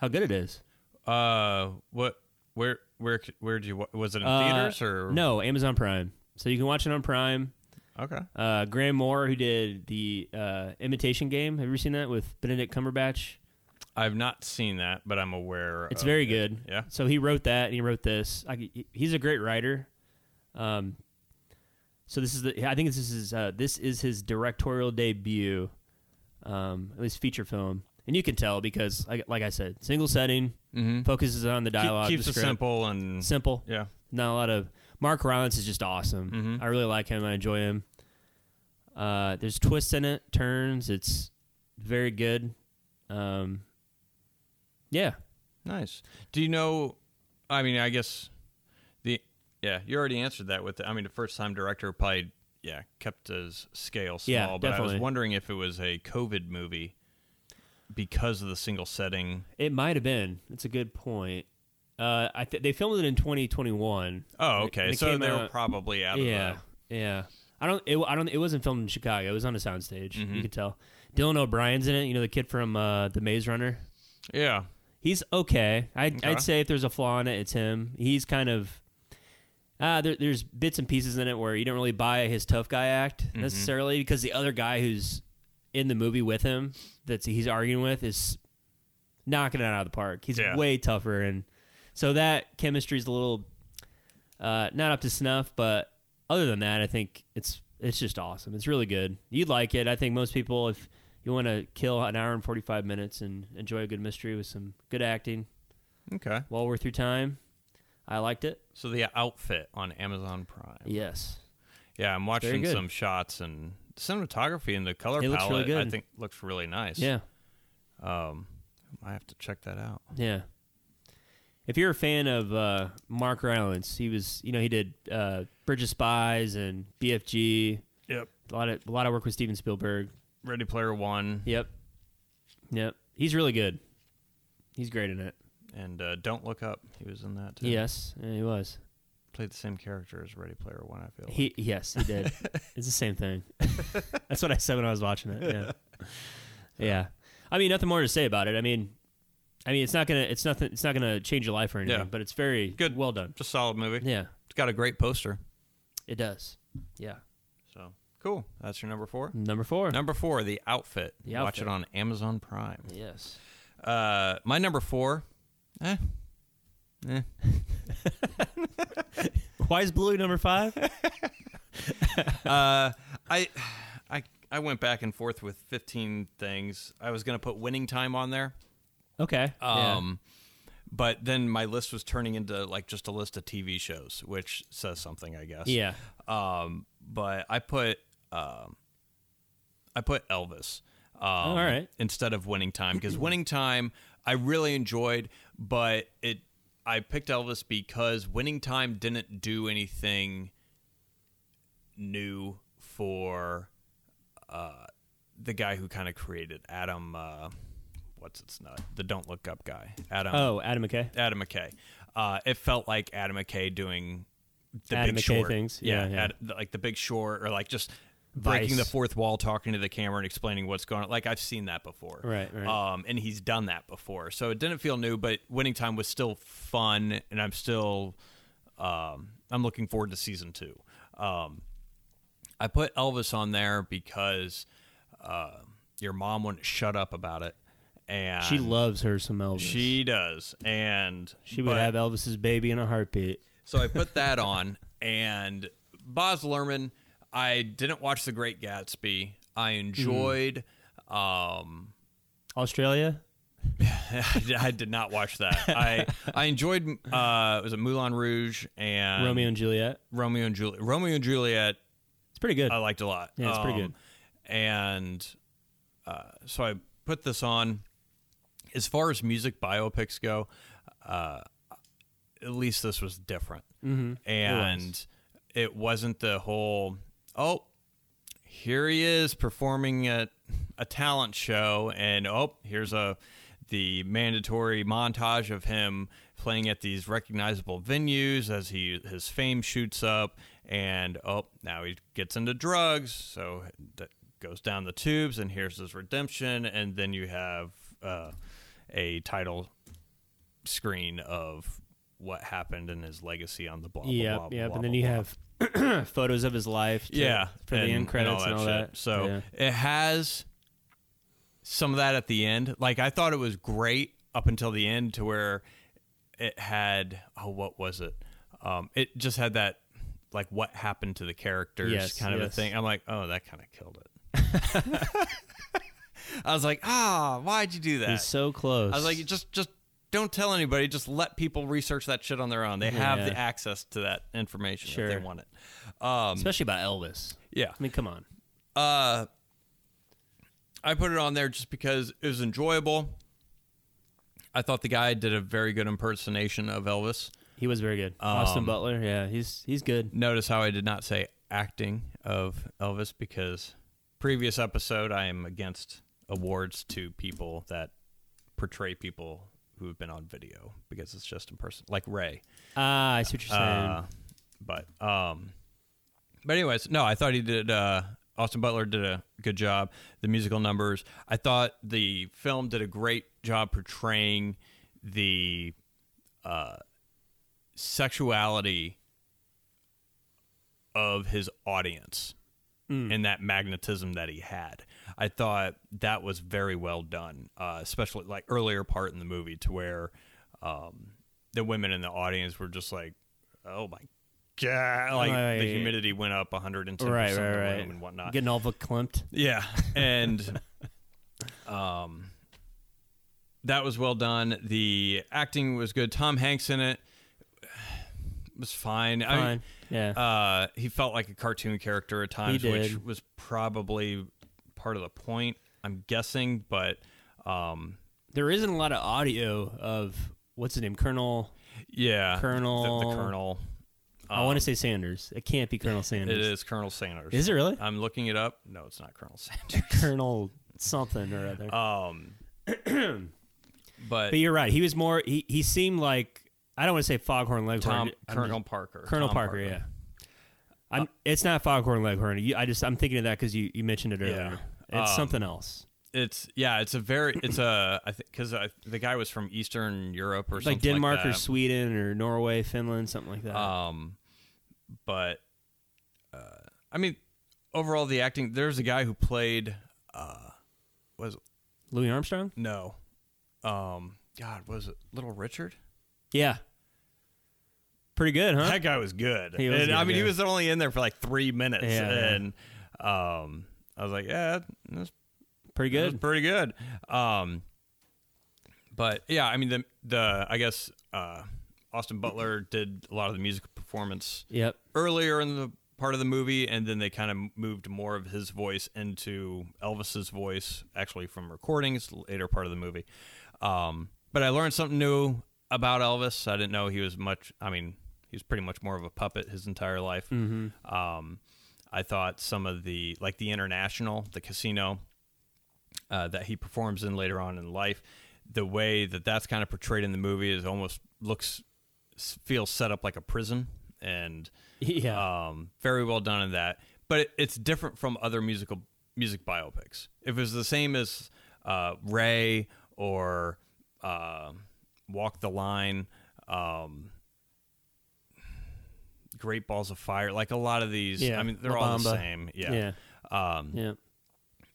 how good it is. Uh, what? Where? Where? Where did you? wa- Was it in Uh, theaters or No, Amazon Prime. So you can watch it on Prime. Okay. Uh, Graham Moore, who did the uh, Imitation Game, have you ever seen that with Benedict Cumberbatch? I've not seen that, but I'm aware. It's of very it. good. Yeah. So he wrote that and he wrote this. I, he- he's a great writer. Um, so this is the. I think this is his, uh, this is his directorial debut, um, at least feature film, and you can tell because, like, like I said, single setting Mm-hmm. focuses on the dialogue. keeps the it script. simple and Simple. yeah. Not a lot of. Mark Rylance is just awesome. Mhm. I really like him. I enjoy him. Uh, there's twists in it, turns. It's very good. Um, yeah. Nice. Do you know? I mean, I guess the yeah. You already answered that with. The, I mean, the first time director probably yeah kept his scale small. Yeah, but I definitely. was wondering if it was a COVID movie because of the single setting. It might have been. That's a good point. Uh, I th- they filmed it in 2021. Oh, It- okay. it So came they were out- probably out. yeah, Of the, yeah. I don't. It, I don't. It wasn't filmed in Chicago. It was on a soundstage. Mhm. You can tell. Dylan O'Brien's in it. You know the kid from uh, the Maze Runner. yeah. He's okay. I'd, Okay. I'd say if there's a flaw in it, it's him. He's kind of. Uh, there, there's bits and pieces in it where you don't really buy his tough guy act necessarily because the other guy who's in the movie with him that he's arguing with is knocking it out of the park. He's Yeah. way tougher, and so that chemistry's a little uh, not up to snuff. But other than that, I think it's it's just awesome. It's really good. You'd like it. I think most people, if you want to kill an hour and forty five minutes and enjoy a good mystery with some good acting, Okay. well worth your time. I liked it. So the outfit on Amazon Prime. Yes. Yeah, I'm very watching good. some shots and cinematography and the color It looks palette. really I good. think looks really nice. Yeah. Um, I have to check that out. Yeah. If you're a fan of uh, Mark Rylance, he was, you know, he did uh, Bridge of Spies and BFG. Yep. A lot of a lot of work with Steven Spielberg. Ready Player One Yep. Yep. He's really good. He's great in it. and uh, Don't Look Up. He was in that too. Yes, yeah, he was. played the same character as Ready Player One. I feel. He yes, <laughs> he did. it's the same thing. <laughs> That's what I said when I was watching it. Yeah. <laughs> yeah. I mean, nothing more to say about it. I mean, I mean, it's not gonna, it's nothing, it's not gonna change your life or anything. Yeah. But it's very Good. well done. just solid movie. Yeah, It's got a great poster. it does. Yeah. So cool. That's your number four. Number four. Number four, The Outfit. The Watch Outfit. it on Amazon Prime. Yes. Uh, my number <laughs> four. Eh. Eh. Why is blue number five? uh, I, I, I went back and forth with 15 things. I was gonna put Winning Time on there. <laughs> okay. Oh. Yeah. Um, but then my list was turning into like just a list of TV shows, which says something, I guess. yeah. Um, but I put um, I put Elvis. Um, All right. Instead of winning time, because winning time I really enjoyed, but it I picked Elvis because winning time didn't do anything new for uh, the guy who kind of created Adam. Uh, what's its nut? The Don't Look Up guy, Adam. Oh, Adam McKay. Adam McKay. Uh, it felt like Adam McKay doing the Adam Big McKay Short things. Yeah, yeah. Ad- the- like the Big Short, or like just breaking the Vice. fourth wall, talking to the camera and explaining what's going on. Like I've seen that before, Right, right. Um, and he's done that before, so it didn't feel new. But Winning Time was still fun, and I'm still, um, I'm looking forward to season two. Um, I put Elvis on there because uh, your mom wouldn't shut up about it, and She loves her some Elvis. she does, and she would but- have Elvis's baby in a heartbeat. So I put that on, and Boz Lerman. I didn't watch The Great Gatsby. I Hmm. enjoyed. <laughs> Um, Australia. I did not watch that. <laughs> I I enjoyed. Uh, was it Moulin Rouge and Romeo and Juliet. Romeo and Juliet? Romeo and Juliet. It's pretty good. I liked a lot. Um, Yeah, it's pretty good. And uh, so I put this on. As far as music biopics go, uh, at least this was different, and it wasn't the whole oh. Here he is performing at a talent show, and oh, here's a the mandatory montage of him playing at these recognizable venues as he his fame shoots up, and oh, now he gets into drugs, so that goes down the tubes, and here's his redemption, and then you have uh, a title screen of what happened and his legacy on the blah blah yep. blah. yep. blah, and then blah, you blah. have <clears throat> photos of his life. to- yeah For the end credits and all that. shit. So Yeah. it has some of that at the end. Like I thought it was great up until the end, to where it had oh, what was it? Um, it just had that like what happened to the characters Yes, kind of a yes. thing. I'm like, oh, that kind of killed <laughs> it. <laughs> I was like, ah, why'd you do that? He's so close. I was like, just just don't tell anybody. Just let people research that shit on their own. They have Yeah. the access to that information if Sure. they want it. Um, especially about Elvis. yeah. I mean, come on. Uh, I put it on there just because it was enjoyable. I thought the guy did a very good impersonation of Elvis. He was very good. Um, Austin Butler, yeah, he's he's good. Notice how I did not say acting of Elvis because previous episode I am against awards to people that portray people who have been on video because it's just in person, like Ray. Ah, I see what you're saying. Uh, but um, but anyways, no, I thought he did. Uh, Austin Butler did a good job. The musical numbers. I thought the film did a great job portraying the uh, sexuality of his audience Mm. and that magnetism that he had. I thought that was very well done, uh, especially like earlier part in the movie to where um, the women in the audience were just like, "Oh my Oh, god!" Like Right. the humidity went up 110 right, percent right, right. and whatnot. Getting all verklempt. <laughs> Yeah, and um, that was well done. The acting was good. Tom Hanks in it was fine. I mean, Fine. yeah. uh, he felt like a cartoon character at times, which did. was probably part of the point, I'm guessing. But um, there isn't a lot of audio of what's his name, Colonel. yeah, the- the, Colonel- Colonel, I want to say Sanders. It can't be Colonel Sanders. Um, it is Uh, Colonel Sanders. Is <laughs> it really? I'm looking it up. No, it's not Colonel <laughs> Sanders. Colonel something or other. Um, but, but you're right. He was more. He, he seemed like I don't want to say Foghorn Leghorn. Tom I'm Colonel just- Parker, Uh, Colonel Tom Parker, Yeah. I'm, it's not Foghorn Leghorn. You, I just I'm thinking of that because you, you mentioned it earlier. It's Um, something else. It's yeah, it's a very it's a I think because the guy was from Eastern Europe or something like Denmark like or that. Sweden or Norway, Finland, something like that. Um, but uh, I mean, overall, the acting. There's a guy who played uh, was Louis Armstrong? no, um, God, was it Little Richard? Yeah. Pretty good, huh? That guy was good. He was and, I good, mean, he yeah. was only in there for like three minutes, Yeah, yeah. and um, I was like, yeah, that's Pretty It was good. pretty good. Um, but yeah, I mean the the I guess uh, Austin Butler did a lot of the musical performance Yep. <laughs> earlier in the part of the movie, and then they kind of moved more of his voice into Elvis's voice, actually from recordings later part of the movie. Um, but I learned something new about Elvis. I didn't know he was much. I mean, he was pretty much more of a puppet his entire life. Um, I thought some of the like the international, the casino uh, that he performs in later on in life, the way that that's kind of portrayed in the movie is almost looks s- feels set up like a prison and Yeah. um, very well done in that. But it, it's different from other musical music biopics. If it was the same as uh, Ray or uh, Walk the Line, um, Great Balls of Fire, like a lot of these, Yeah, I mean, they're La all the Bamba. same. Yeah. yeah. Um, Yeah.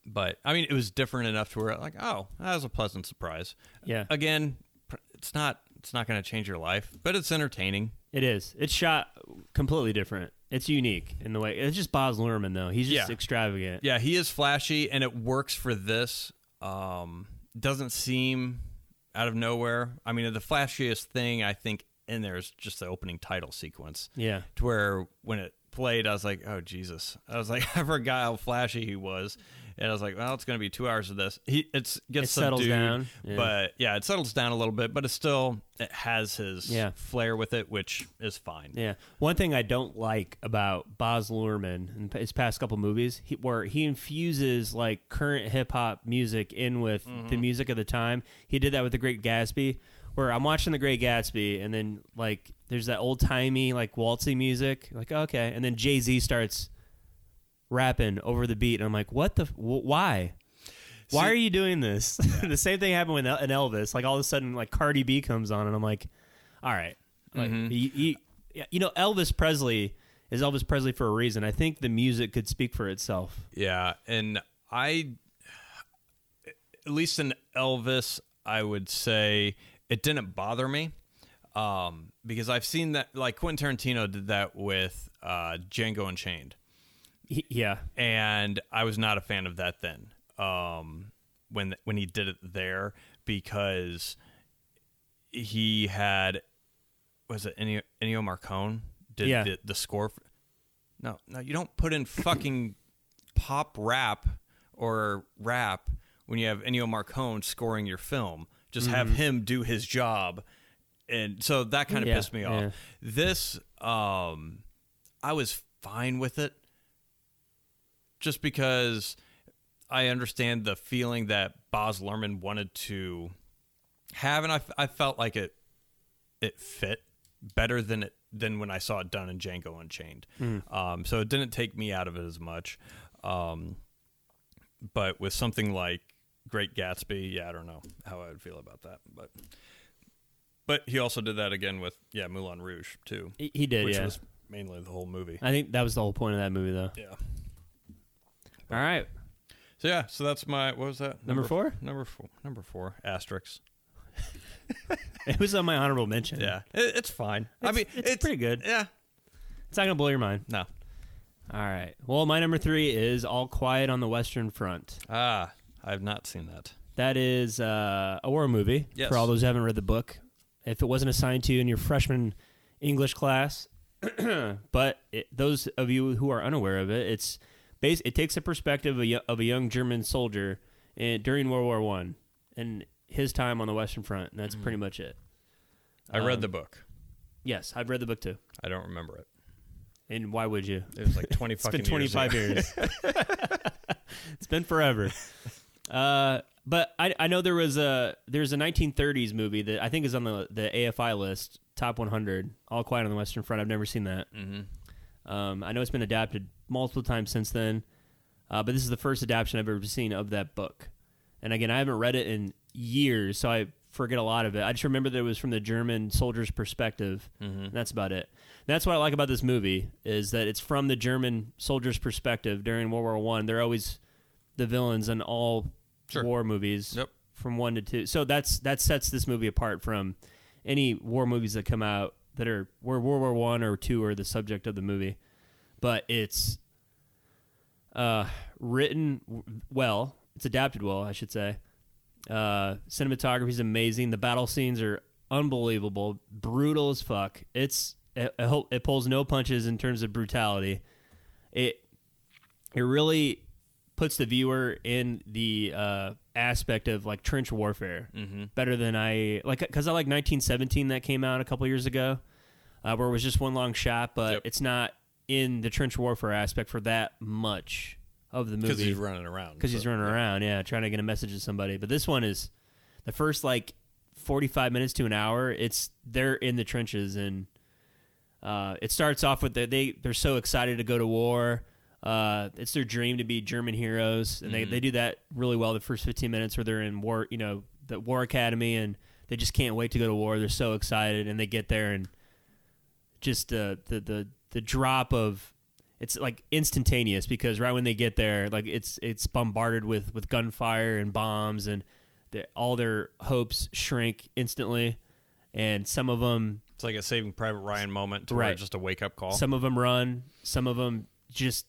But I mean, it was different enough to where like, oh, that was a pleasant surprise. Yeah. Again, pr- it's not it's not going to change your life, but it's entertaining. It is. It's shot completely different. It's unique in the way. It's just Boz Luhrmann though. He's just Yeah. extravagant. Yeah, he is flashy, and it works for this. Um, doesn't seem out of nowhere. I mean, the flashiest thing I think in there is just the opening title sequence, Yeah. to where when it played, I was like, "Oh Jesus!" I was like, <laughs> I forgot how flashy he was, and I was like, "Well, it's going to be two hours of this." He it's gets It settles subdued, down, yeah. but yeah, it settles down a little bit, but it still it has his Yeah. flair with it, which is fine. Yeah. One thing I don't like about Boz Luhrmann in his past couple movies, he, where he infuses like current hip hop music in with the music of the time. He did that with The Great Gatsby, where I'm watching The Great Gatsby, and then like there's that old timey like waltzy music, like oh, okay, and then Jay Z starts rapping over the beat, and I'm like, what the, f- wh- why? Why See- are you doing this? <laughs> the same thing happened with El- an Elvis. Like all of a sudden, like Cardi B comes on, and I'm like, all right, like you, you, yeah, you know, Elvis Presley is Elvis Presley for a reason. I think the music could speak for itself. Yeah, and I at least in Elvis, I would say it didn't bother me um, because I've seen that. Like Quentin Tarantino did that with uh, Django Unchained, Y- yeah, and I was not a fan of that then. Um, when when he did it there, because he had was it Ennio, Ennio Marcone did Yeah. the, the score. For, no, no, you don't put in fucking pop rap or rap when you have Ennio Marcone scoring your film. Just have him do his job, and so that kind of Mm-hmm. Yeah, pissed me off. yeah. This, um, I was fine with it, just because I understand the feeling that Boz Lerman wanted to have, and I, f- I felt like it it fit better than it than when I saw it done in Django Unchained. Hmm. Um, so it didn't take me out of it as much. Um, but with something like Great Gatsby, yeah, I don't know how I would feel about that, but but he also did that again with yeah Moulin Rouge too, he, he did. which yeah, was mainly the whole movie. I think that was the whole point of that movie, though. Yeah. All right, So yeah, so that's my what was that Number f- four? number four, number four asterisks. <laughs> it was on my honorable mention. Yeah, it, it's fine. I It's- mean, it's pretty good. Yeah, it's not gonna blow your mind. no, All right. Well, my number three is All Quiet on the Western Front. ah, I've not seen that. That is uh, a war movie. Yes. For all those who haven't read the book, if it wasn't assigned to you in your freshman English class, <clears throat> but it, those of you who are unaware of it, it's bas- It takes a perspective of a, yo- of a young German soldier in, during World War One and his time on the Western Front. And that's pretty much it. I Um, read the book. Yes, I've read the book too. I don't remember it. And why would you? It <laughs> was like 20 It's fucking been 25 years. years. <laughs> <laughs> it's been forever. Uh, but I, I know there was a there's a 1930s movie that I think is on the the AFI list, top 100, All Quiet on the Western Front. I've never seen that. Mm-hmm. Um, I know it's been adapted multiple times since then, uh, but this is the first adaptation I've ever seen of that book. And again, I haven't read it in years, so I forget a lot of it. I just remember that it was from the German soldier's perspective. Mm-hmm. And that's about it. And that's what I like about this movie is that it's from the German soldier's perspective during World War One. They're always the villains in all Sure. war movies Yep. from one to two. So that's that sets this movie apart from any war movies that come out that are where World War One or two are the subject of the movie. But it's uh, written w- well. It's adapted well, I should say. Uh, cinematography is amazing. The battle scenes are unbelievable, brutal as fuck. It's it, it hol- it pulls no punches in terms of brutality. It it really puts the viewer in the uh, aspect of like trench warfare Mm-hmm. better than I like because I like 1917 that came out a couple years ago uh, where it was just one long shot, but Yep. it's not in the trench warfare aspect for that much of the movie Because he's running around. because he's so- running around, yeah, trying to get a message to somebody. But this one is the first like forty-five minutes to an hour. It's they're in the trenches, and uh, it starts off with the, they they're so excited to go to war. Uh, it's their dream to be German heroes, and they, they do that really well. The first fifteen minutes where they're in war, you know, the war academy, and they just can't wait to go to war. They're so excited, and they get there, and just uh, the the the drop of it's like instantaneous because right when they get there, like it's it's bombarded with with gunfire and bombs, and the, all their hopes shrink instantly, and some of them It's like a Saving Private Ryan moment, to where Right. it's just a wake up call. some of them run. Some of them just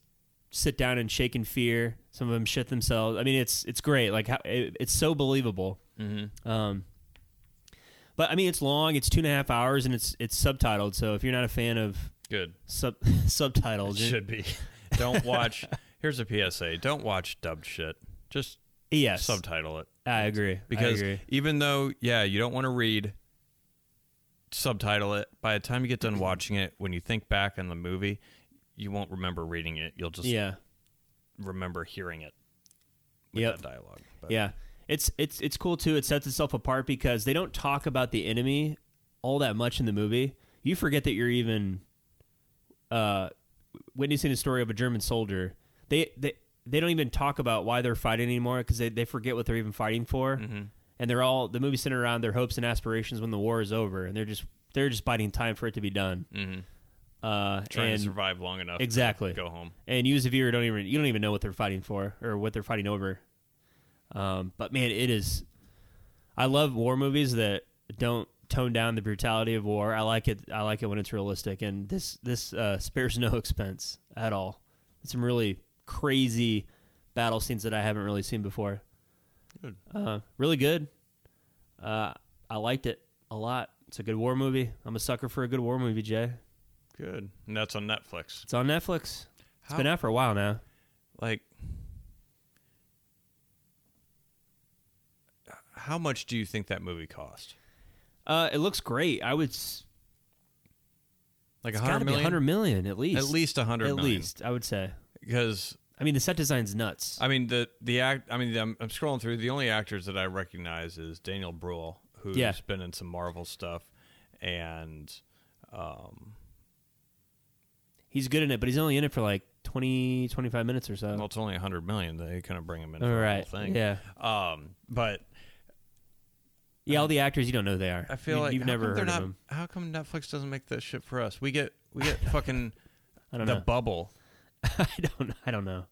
sit down and shake in fear. Some of them shit themselves. I mean, it's it's great. Like how, it, it's so believable. Mm-hmm. Um, but I mean, it's long. It's two and a half hours, and it's it's subtitled. So if you're not a fan of Good. sub <laughs> subtitles, you- Should be. <laughs> Don't <laughs> watch. Here's a PSA. Don't watch dubbed shit. Just yes, subtitle it. I agree. Because I agree. even though, yeah, you don't want to read, subtitle it. By the time you get Mm-hmm. done watching it, when you think back on the movie, you won't remember reading it. You'll just yeah, remember hearing it with Yep. that dialogue. But yeah. It's it's it's cool too. It sets itself apart because they don't talk about the enemy all that much in the movie. You forget that you're even uh, witnessing the story of a German soldier. They they they don't even talk about why they're fighting anymore because they, they forget what they're even fighting for, Mm-hmm. and they're all the movie's centered around their hopes and aspirations when the war is over, and they're just they're just biding time for it to be done. Mm-hmm. Uh, Trying and to survive long enough. Exactly. To go home. and you as a viewer don't even you don't even know what they're fighting for or what they're fighting over. Um, but man, it is. I love war movies that don't tone down the brutality of war. I like it. I like it when it's realistic, and this this uh, <laughs> spares no expense at all. Some really crazy battle scenes that I haven't really seen before. Good. Uh, really good. Uh, I liked it a lot. It's a good war movie. I'm a sucker for a good war movie, Jay. Good. And that's on Netflix. It's on Netflix. It's How- been out for a while now. like how much do you think that movie cost? Uh, it looks great. I would. s- Like It's a got hundred to be million, hundred million at least. at least a hundred At million. least I would say. because I mean, the set design's nuts. I mean the the act. I mean I'm, I'm scrolling through the only actors that I recognize is Daniel Bruhl, who's Yeah. been in some Marvel stuff, and um, He's good in it, but he's only in it for like 20, 25 minutes or so. well, it's only a hundred million. They couldn't bring him in All for Uh, right. the whole thing. Yeah. Um, but Yeah, all the actors you don't know who they are. I feel You- like you've how never come heard they're not, of them. How come Netflix doesn't make that shit for us? We get we <laughs> get fucking I the don't know. <laughs> bubble. I don't. I don't know.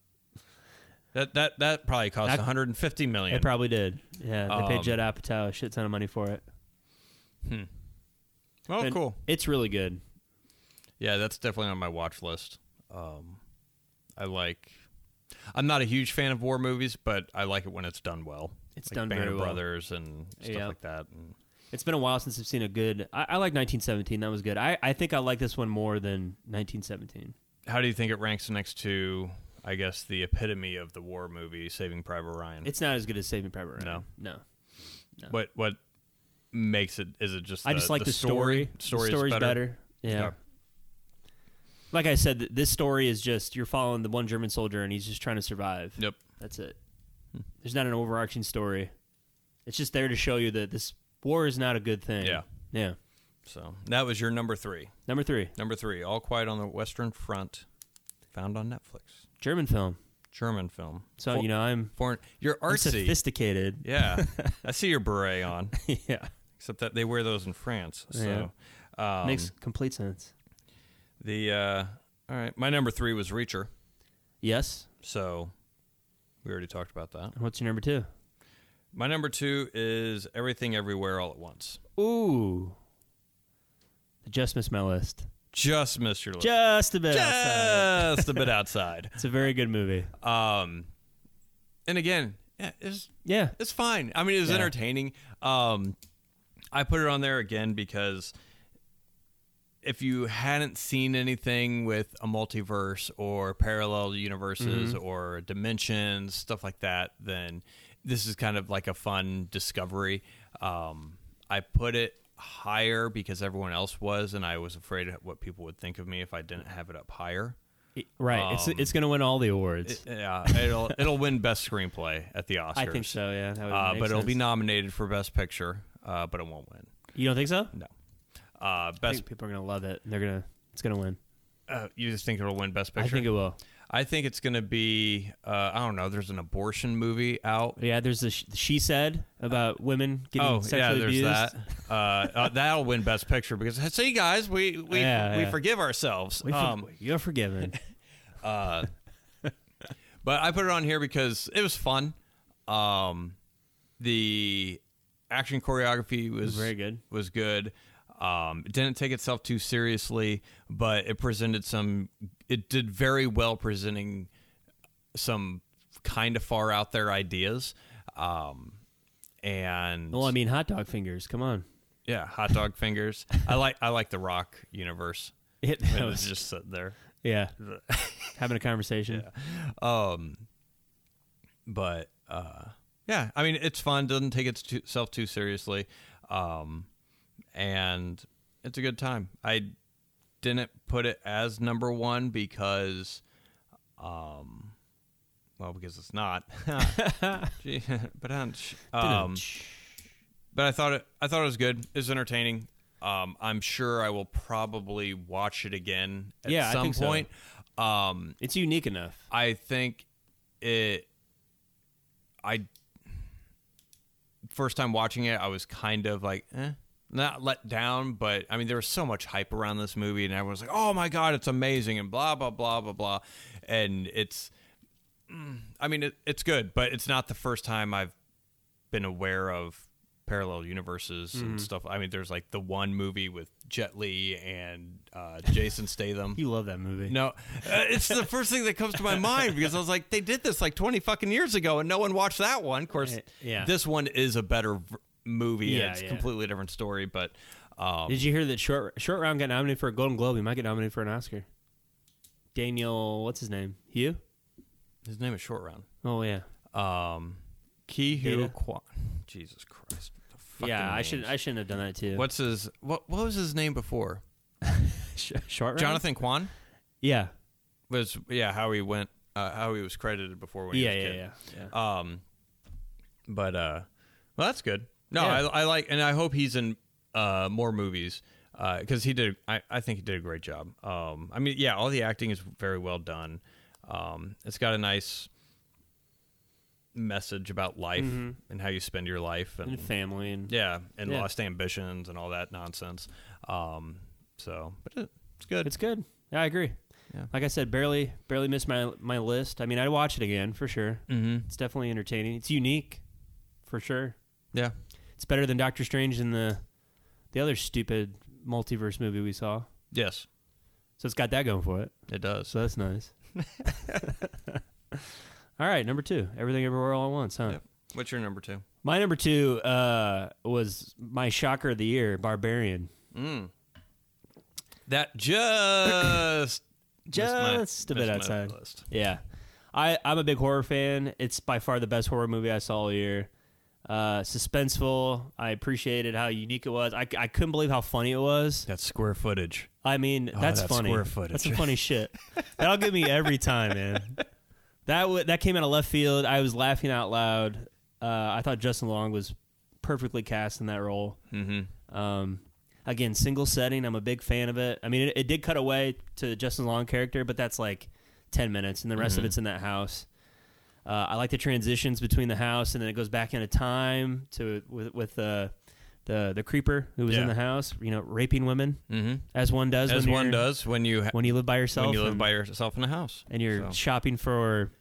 That that that probably cost That- 150 million. They probably did. Yeah, they paid Um, Judd Apatow a shit ton of money for it. Hmm. oh, And cool. It's really good. Yeah, that's definitely on my watch list. Um, I like. I'm not a huge fan of war movies, but I like it when it's done well. It's like done Band very of well. Brothers and stuff Yeah. like that. And It's been a while since I've seen a good. I, I like 1917. That was good. I, I think I like this one more than 1917. how do you think it ranks next to? I guess the epitome of the war movie, Saving Private Ryan. It's not as good as Saving Private Ryan. No. no. what what makes it? Is it just? I just like the, story. Story the story's is better. Yeah. Yeah. Like I said, th- this story is just you're following the one German soldier and he's just trying to survive. Yep. That's it. There's not an overarching story. It's just there to show you that this war is not a good thing. Yeah. Yeah. So that was your number three. Number three, Number three, All Quiet on the Western Front, found on Netflix. German film. German film. So For- you know I'm, foreign. You're I'm artsy. sophisticated. <laughs> yeah, I see your beret on, yeah. except that they wear those in France. So um, Makes complete sense. the uh, all right. My number three was Reacher. Yes. So we already talked about that. And What's your number two? My number two is Everything Everywhere All at Once. Ooh. Just missed my list. Just missed your list. Just a bit. outside. Just a bit outside. It's a very good movie. Um, and again, yeah, it's Yeah. it's fine. I mean, it was Yeah. entertaining. Um, I put it on there again because if you hadn't seen anything with a multiverse or parallel universes or dimensions, stuff like that, then this is kind of like a fun discovery. Um, I put it higher because everyone else was, and I was afraid of what people would think of me if I didn't have it up higher. Right. it's Um, it's going to win all the awards. It- yeah, it'll it'll win best screenplay at the Oscars. I think so. Yeah. That would Uh, make but it'll be sense. nominated for Best Picture, uh, but it won't win. You don't think so? No. Uh, I best, think people are going to love it. and They're going to. It's going to win. uh, you just think it'll win Best Picture? I think it will. I think it's going to be, uh, I don't know, there's an abortion movie out. Yeah. There's the sh- she said about women getting Oh, sexually yeah, there's abused. that. Uh, uh, that'll win Best Picture because, see, guys, we, we, Yeah, we yeah. forgive ourselves. We for- um, <laughs> you're forgiven. uh, but I put it on here because it was fun. Um, the action choreography was Very good. Was good. Um, it didn't take itself too seriously, but it presented some. It did very well presenting some kind of far out there ideas. Um, and well, I mean, hot dog fingers. Come on. <laughs> yeah, hot dog fingers. I like I like the Rock universe. It, It that was <laughs> was, just sitting there. <laughs> yeah. Having a conversation. Um, but uh, yeah, I mean, it's fun. Doesn't take itself too seriously, um, and it's a good time. I didn't put it as number one because, um, well, because it's <laughs> not. Gee, but um, but I thought it. I thought it was good. It was entertaining. Um, I'm sure I will probably watch it again at Yeah, I some think so. point. Um, it's unique enough. I think it. I first time watching it, I was kind of like, eh, not let down, but I mean, there was so much hype around this movie, and everyone was like, "Oh my god, it's amazing!" and blah blah blah blah blah, and it's I mean, it, it's good, but it's not the first time I've been aware of parallel universes and stuff. I mean, there's like the one movie with Jet Li and uh, Jason <laughs> Statham. You love that movie. No, uh, it's the first thing that comes to my mind because I was like, they did this like 20 fucking years ago and no one watched that one. Of course, Eh, yeah. this one is a better v- movie. and Yeah, it's a yeah. completely different story, but um, Did you hear that short short round got nominated for a Golden Globe? He might get nominated for an Oscar. Daniel, what's his name? Hugh? his name is Short Round. Oh yeah, Um, Ki Hu Data? Kwan. Jesus Christ. the fucking yeah. I names. should I shouldn't have done that too. What's his what? What was his name before? Sh- short round? Jonathan Kwan Yeah, was yeah. How he went. Uh, how he was credited before when yeah, he was yeah, a yeah, kid. yeah, yeah. Um, but uh, well, that's good. No, Yeah. I, I like, and I hope he's in uh more movies because he did. I, I think he did a great job. Um, I mean, yeah, all the acting is very well done. Um, it's got a nice message about life and how you spend your life and, And family and yeah, and Yeah. lost ambitions and all that nonsense. Um, so, but it, it's good. it's good. Yeah, I agree. Yeah. Like I said, barely barely missed my my list. I mean, I'd watch it again for sure. mm-hmm. It's definitely entertaining. It's unique, for sure. Yeah, It's better than Doctor Strange and the the other stupid multiverse movie we saw. yes, So it's got that going for it. it does. So <laughs> that's nice. <laughs> All right, number two, everything everywhere all at once, huh? Yep. What's your number two? My number two uh, was my shocker of the year, Barbarian. Mm. That just missed my- <coughs> Just a bit missed my outside. list. Yeah, I I'm a big horror fan. It's by far the best horror movie I saw all year. Uh, suspenseful. I appreciated how unique it was. I, I couldn't believe how funny it was. That's square footage. I mean, that's that funny. square footage. That's some funny shit. That'll get me every time, man. That w- that came out of left field. I was laughing out loud. Uh, I thought Justin Long was perfectly cast in that role. Mm-hmm. Um, again, single setting. I'm a big fan of it. I mean, it, it did cut away to Justin Long character, but that's like ten minutes, and the Mm-hmm. rest of it's in that house. Uh, I like the transitions between the house, and then it goes back into time to with with uh, the the creeper who was Yeah. in the house, you know, raping women Mm-hmm. as one does As when one you're- does when you ha- when you live by when yourself you live and, by yourself in a house and you're So, shopping for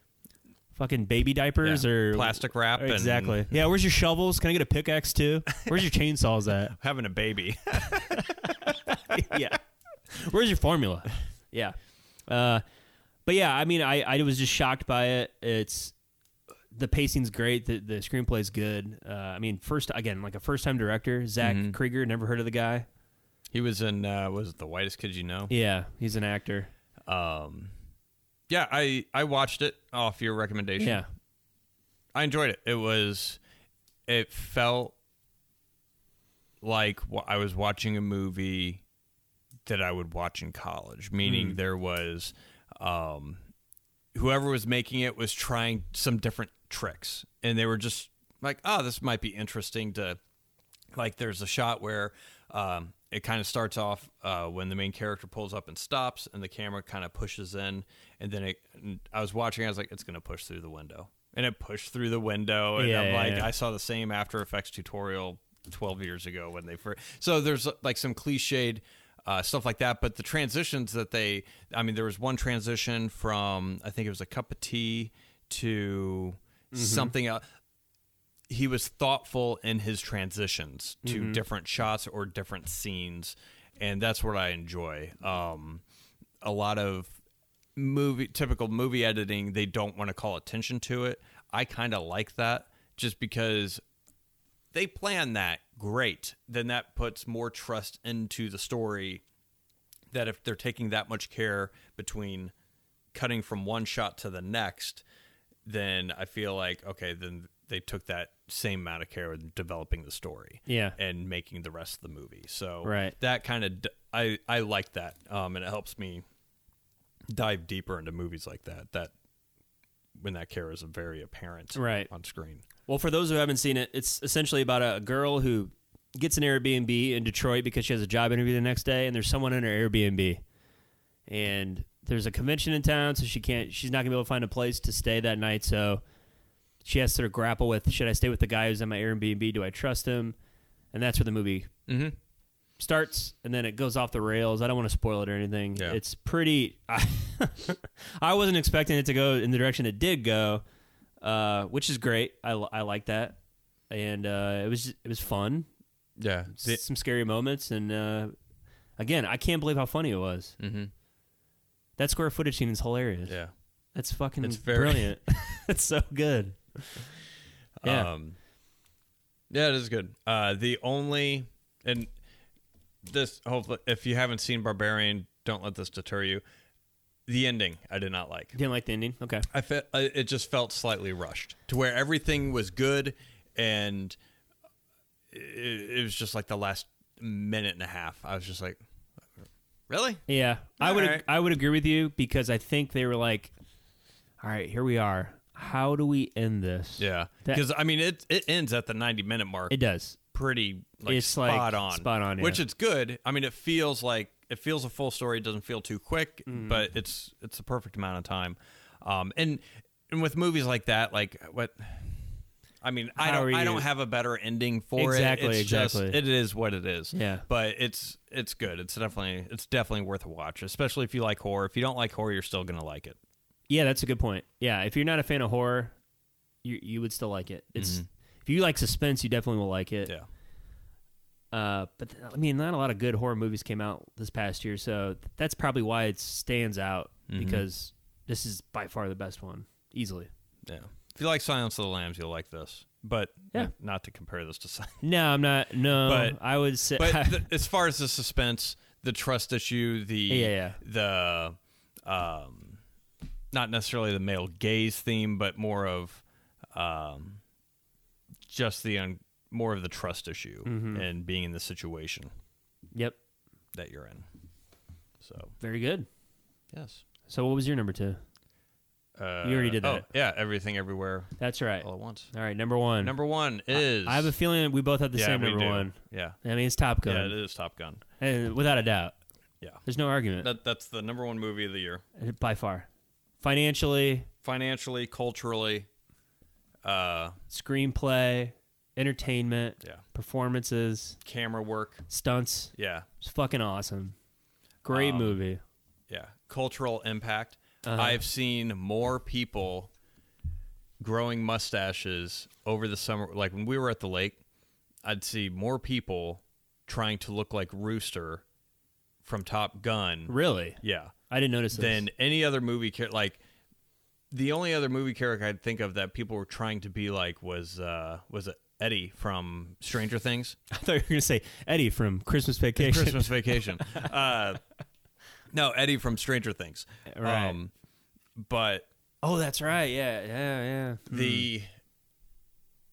fucking baby diapers yeah. or plastic wrap. and exactly yeah where's your shovels can i get a pickaxe too where's your chainsaws at having a <laughs> baby. yeah where's your formula yeah uh but yeah i mean i i was just shocked by it it's the pacing's great the, the screenplay's good uh i mean first again like a first time director zach krieger never heard of the guy he was in uh, was it the whitest kid you know? yeah he's an actor Um, yeah, I I watched it off your recommendation. yeah I enjoyed it. It was, it felt like wa- I was watching a movie that I would watch in college. Meaning there was, um, whoever was making it was trying some different tricks, and they were just like, "Oh, this might be interesting to." Like, there's a shot where um, it kind of starts off uh, when the main character pulls up and stops, and the camera kind of pushes in, and then it, and I was watching, I was like, "It's gonna push through the window," and it pushed through the window, and Yeah, I'm yeah, like, yeah. "I saw the same After Effects tutorial 12 years ago when they first." So there's like some cliched. Uh, stuff like that, but the transitions that they, I mean, there was one transition from I think it was a cup of tea to Mm-hmm. something else he was thoughtful in his transitions to different shots or different scenes and that's what i enjoy um, a lot of movie typical movie editing they don't want to call attention to it i kind of like that just because they plan that great then that puts more trust into the story that if they're taking that much care between cutting from one shot to the next then i feel like okay then they took that same amount of care in developing the story Yeah. and making the rest of the movie so Right. that kind of i i like that um and it helps me dive deeper into movies like that that when that care is very apparent Right. on screen Well, for those who haven't seen it, it's essentially about a girl who gets an Airbnb in Detroit because she has a job interview the next day, and there's someone in her Airbnb, and there's a convention in town, so she can't. She's not gonna be able to find a place to stay that night, so she has to sort of grapple with: Should I stay with the guy who's in my Airbnb? Do I trust him? And that's where the movie starts and then it goes off the rails. I don't want to spoil it or anything. Yeah. It's pretty. I, <laughs> I wasn't expecting it to go in the direction it did go, uh, which is great. I, li- I like that, and uh, it was it was fun. Yeah. S- Some scary moments, and uh, again, I can't believe how funny it was. mm-hmm. That square footage scene is hilarious. Yeah. That's fucking It's very- <laughs> brilliant. <laughs> it's so good. Yeah. Um, yeah, it is good. Uh, the only and this hopefully if you haven't seen Barbarian, don't let this deter you. The ending I did not like. Didn't like the ending. Okay. I felt it just felt slightly rushed to where everything was good and it, it was just like the last minute and a half. I was just like, really? Yeah, I All would right. I would agree with you because I think they were like, all right, here we are. How do we end this? Yeah, That- because I mean it it ends at the ninety minute mark. it does. pretty like It's, like, spot on, spot on, yeah. Which it's good. I mean, it feels like it feels a full story. It doesn't feel too quick, Mm. but it's it's the perfect amount of time. Um, and and with movies like that, like what. I mean, I How are don't. I you- don't have a better ending for Exactly, it. It's just- exactly. it is what it is. Yeah. But it's it's good. It's definitely it's definitely worth a watch, especially if you like horror. If you don't like horror, you're still gonna like it. Yeah, that's a good point. Yeah, if you're not a fan of horror, you you would still like it. It's if you like suspense, you definitely will like it. Mm-hmm. Yeah. Uh, but th- I mean, not a lot of good horror movies came out this past year, so th- that's probably why it stands out Mm-hmm. because this is by far the best one, easily. Yeah. If you like Silence of the Lambs, you'll like this. But Yeah. not to compare this to Silence. No, I'm not. No, But- I would <laughs> say. but th as far as the suspense, the trust issue, the Yeah, the um, not necessarily the male gaze theme, but more of um, just the un- more of the trust issue Mm-hmm. and being in the situation yep, that you're in. So very good. yes, So, what was your number two? uh, already did oh, that. yeah, everything everywhere That's right. all at once. All right, number one. Number one is I have a feeling we both have the yeah, same we number do. one. Yeah, I mean, it's Top yeah, Gun, it is Top Gun. and without a doubt. Yeah. there's no argument eh, That that's the number one movie of the year. by far. Financially, financially, culturally. Uh, screenplay, entertainment, Yeah. performances, camera work. stunts. Yeah, It's fucking awesome. Great Um, movie. yeah. Cultural impact. Uh-huh. I've seen more people growing mustaches over the summer. Like when we were at the lake, I'd see more people trying to look like Rooster from Top Gun. Really, Yeah. I didn't notice this. Than any other movie character. Like the only other movie character I'd think of that people were trying to be like was uh, was Eddie from Stranger Things. <laughs> I thought you were gonna say Eddie from Christmas <laughs> Vacation. Christmas Vacation. Uh, no, Eddie from Stranger Things. Um, Right. but oh, that's right. Yeah, yeah, yeah. the,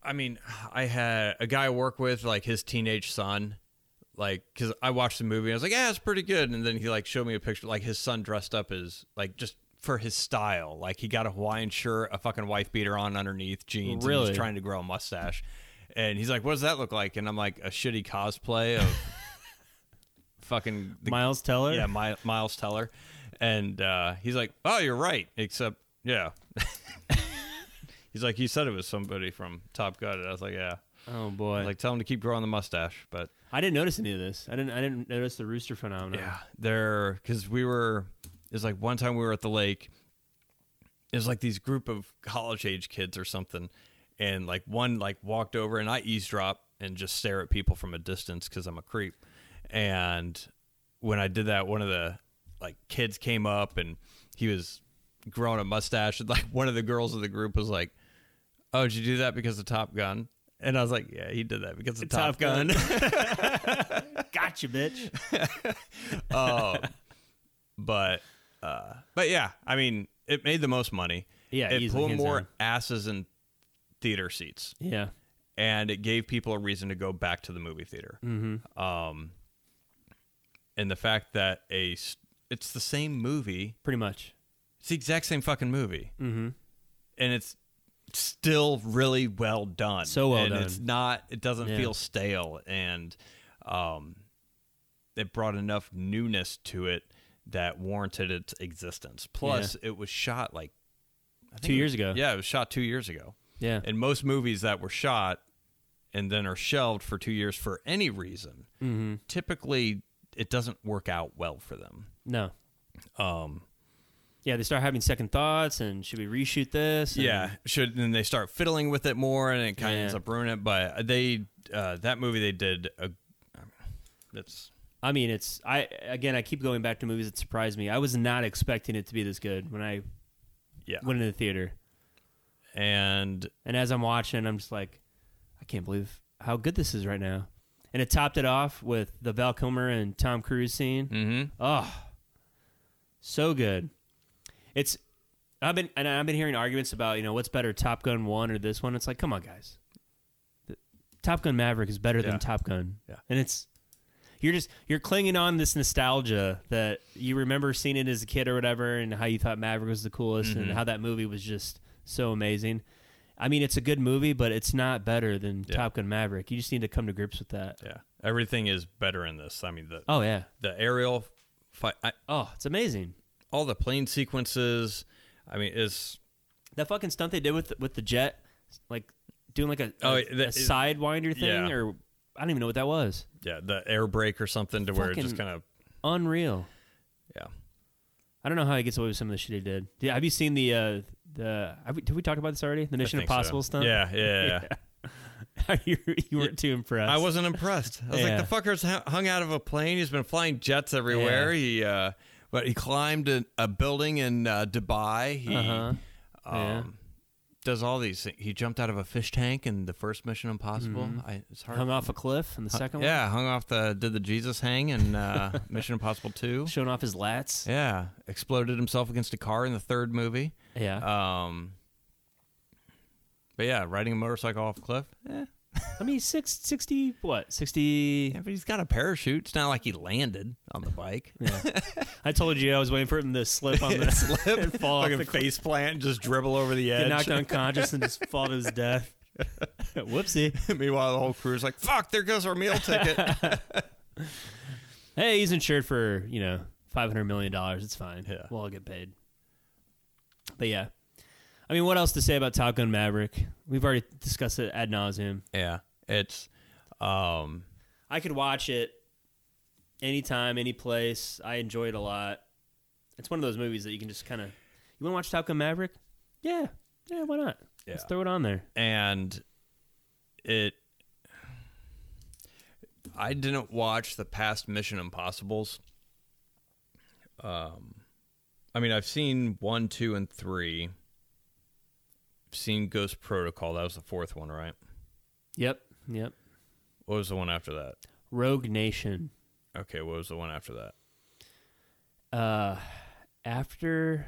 I mean, I had a guy I work with, like his teenage son, like because I watched the movie, and I was like, yeah, it's pretty good, and then he like showed me a picture, like his son dressed up as like just for his style, like he got a Hawaiian shirt, a fucking wife beater on underneath jeans, and Really? he's trying to grow a mustache. And he's like, "What does that look like?" And I'm like, "A shitty cosplay of fucking the Miles Teller. Yeah, My, Miles Teller, and uh, he's like, "Oh, you're right." Except, yeah, <laughs> he's like, "You said it was somebody from Top Gun," and I was like, "Yeah." Oh I boy. was like, tell him to keep growing the mustache, but I didn't notice any of this. I didn't. I didn't notice the rooster phenomenon. yeah, they're because we were. It's like one time we were at the lake. It was like these group of college age kids or something, and like one like walked over and I eavesdrop and just stare at people from a distance because I'm a creep. And when I did that, one of the like kids came up and he was growing a mustache, <laughs> and like one of the girls of the group was like, "Oh, did you do that because of Top Gun?" And I was like, "Yeah, he did that because of Top, Top <laughs> Gun." Gun. Gotcha, bitch. um, but uh, but yeah, I mean, it made the most money. Yeah, it easily, pulled hands more down. asses in theater seats, Yeah. and it gave people a reason to go back to the movie theater. Mm-hmm. Um, and the fact that a s- it's the same movie, Pretty much. it's the exact same fucking movie, Mm-hmm. and it's still really well done. So well and It's done. not. It doesn't Yeah. feel stale, and um, it brought enough newness to it that warranted its existence. Plus, it was shot like I think Two it years was- ago. Yeah, it was shot two years ago. Yeah. And most movies that were shot and then are shelved for two years for any reason, Mm-hmm. typically it doesn't work out well for them. No. Um, Yeah, they start having second thoughts and should we reshoot this? And- yeah, should then they start fiddling with it more, and it kind of Yeah. ends up ruining it. But they uh, that movie they did a, that's I mean, it's I again I keep going back to movies that surprised me. I was not expecting it to be this good when I yeah, went into the theater. and And as I'm watching, I'm just like, I can't believe how good this is right now. And it topped it off with the Val Kilmer and Tom Cruise scene. hmm Oh, so good. It's I've been and I've been hearing arguments about you know what's better, Top Gun one or this one. It's like, come on, guys. The- Top Gun Maverick is better Yeah. than Top Gun. Yeah. and it's you're just you're clinging on this nostalgia that you remember seeing it as a kid or whatever, and how you thought Maverick was the coolest, Mm-hmm. and how that movie was just so amazing. I mean, it's a good movie, but it's not better than Yeah. Top Gun Maverick. You just need to come to grips with that. yeah, everything is better in this. I mean the Oh yeah. the aerial fight, I, Oh, it's amazing. all the plane sequences. I mean, is That fucking stunt they did with with the jet, like doing like a Oh, a, it- that a is- sidewinder thing, yeah. or I don't even know what that was. yeah the air brake or something to where it just Fucking- kind of Unreal. yeah. I don't know how he gets away with some of the shit he did. Yeah, have you seen the uh, the? Have we, did we talk about this already? The I Mission think so. Impossible stunt. Yeah, yeah, yeah. <laughs> you, you weren't too impressed. I wasn't impressed. I was Yeah. like, the fucker's hu- hung out of a plane. He's been flying jets everywhere. He, uh, but he climbed a, a building in uh, Dubai. He Uh-huh. um, Yeah. does all these. things. He jumped out of a fish tank in the first Mission Impossible. I, it's hard. Mm-hmm. Hung off a cliff in the second one. yeah, hung off the did the Jesus hang in <laughs> uh, Mission Impossible Two. Showing off his lats. Yeah, exploded himself against a car in the third movie. Yeah. Um, but yeah, riding a motorcycle off a cliff. Eh, I mean, six, 60, what? 60. yeah, but he's got a parachute. It's not like he landed on the <laughs> bike. I told you I was waiting for him to <laughs> slip on <laughs> the slip and fall off the fucking face plant, just dribble over the get edge. knocked unconscious and just fall to his death. <laughs> Whoopsie. Meanwhile, the whole crew's like, "Fuck, there goes our meal ticket." <laughs> Hey, he's insured for, you know, $500 million. It's fine. Yeah. We'll all get paid. But yeah. I mean, what else to say about Top Gun Maverick? We've already discussed it ad nauseum. yeah, it's, um, I could watch it anytime, any place. I enjoy it a lot. It's one of those movies that you can just kind of. You want to watch Top Gun Maverick? Yeah, yeah. Why not? Let's Yeah. throw it on there. and it. I didn't watch the past Mission Impossible's. Um, I mean, I've seen one, two, and three. Seen Ghost Protocol. That was the fourth one, right? Yep, yep. What was the one after that? Rogue Nation. Okay, what was the one after that? Uh, after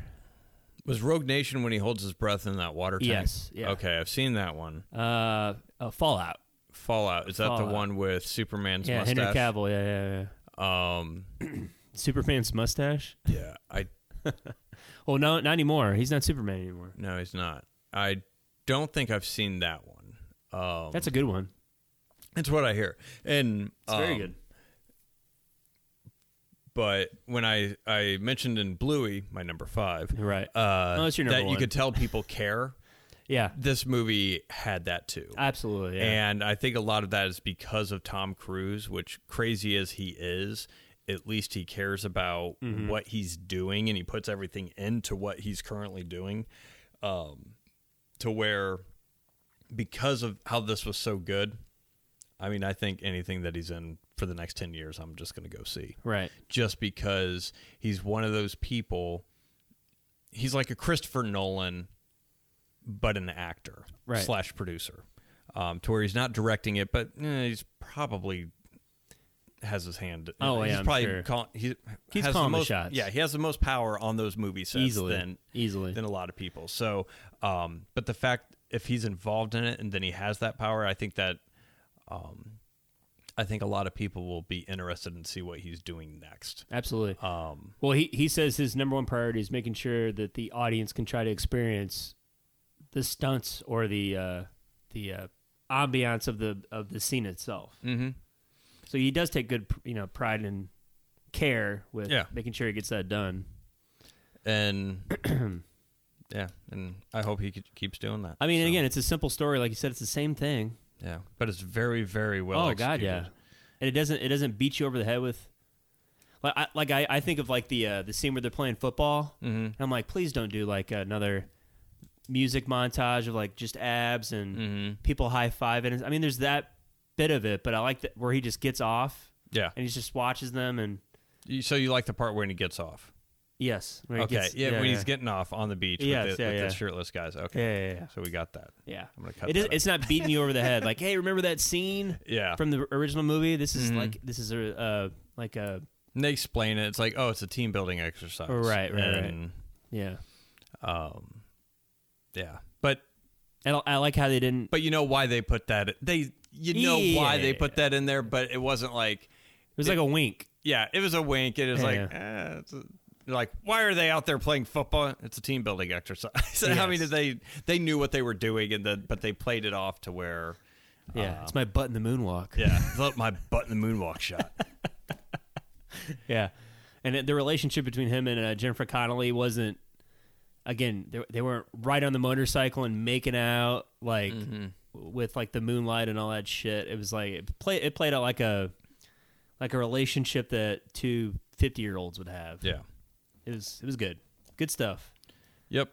Was Rogue Nation when he holds his breath in that water tank? yes, yeah. Okay, I've seen that one. Uh, uh, Fallout. Fallout. Is that Fallout. the one with Superman's yeah, mustache? Henry Cavill. Yeah, yeah, yeah. Um, Superman's mustache. yeah, I Oh no, not anymore. He's not Superman anymore. no, he's not. I don't think I've seen that one. Um, That's a good one. it's what I hear, and It's very um, good. But when I I mentioned in Bluey, my number five, Right. uh, Oh, that's your that number you one. could tell people care. Yeah. This movie had that too. Absolutely. Yeah. And I think a lot of that is because of Tom Cruise, which crazy as he is, at least he cares about Mm-hmm. what he's doing and he puts everything into what he's currently doing. Um, to where, because of how this was so good, I mean, I think anything that he's in for the next 10 years, I'm just going to go see right. just because he's one of those people. He's like a Christopher Nolan, but an actor Right. slash producer, um, to where he's not directing it, but eh, he's probably has his hand. Oh, he's yeah, I'm probably sure. call- he He's has calling the most, shots. Yeah, he has the most power on those movie sets Easily. than Easily. than a lot of people. So, um, but the fact if he's involved in it and then he has that power, I think that, um, I think a lot of people will be interested in see what he's doing next. Absolutely. Um, Well, he, he says his number one priority is making sure that the audience can try to experience the stunts or the uh, the uh, ambiance of the of the scene itself. Mhm. So he does take good you know pride and care with Yeah. making sure he gets that done. and <clears throat> yeah, and I hope he ke- keeps doing that. I mean, So, and again, it's a simple story, like you said, it's the same thing. Yeah, but it's very, very well. oh god, executed. yeah. And it doesn't it doesn't beat you over the head with like I like I, I think of like the uh, the scene where they're playing football. Mm-hmm. And I'm like, please don't do like another music montage of like just abs and Mm-hmm. Mm. people high five and I mean there's that bit of it, but I like that where he just gets off yeah. and he just watches them and You- So you like the part when he gets off? yes. where he Okay, gets- yeah, when he's getting off on the beach Yes, with, the, yeah, with yeah. the shirtless guys. Okay, yeah, yeah, yeah. so we got that. Yeah. I'm gonna cut It is, that out. it's not beating you over the <laughs> head like, hey, remember that scene Yeah, Mm-hmm. from the original movie? This is like this is a uh, like a and they explain it. It's like, oh, it's a team building exercise. Right, right, right. and, yeah. Um, yeah, but And I- I like how they didn't but you know why they put that? They you know why they put that in there, but it wasn't like It was like a wink. yeah, it was a wink. It was like, Yeah. eh, it's a- like why are they out there playing football? It's a team building exercise. <laughs> I mean, Yes. they they knew what they were doing, and then but they played it off to where um, Yeah, it's my butt in the moonwalk. Oh. yeah, let my butt in the moonwalk <laughs> shot. yeah. And it- the relationship between him and uh, Jennifer Connelly wasn't. Again, they, they weren't right on the motorcycle and making out like Mm-hmm. with like the moonlight and all that shit. It was like it play it played out like a like a relationship that two 50 year olds would have. Yeah. It was it was good, good stuff, Yep.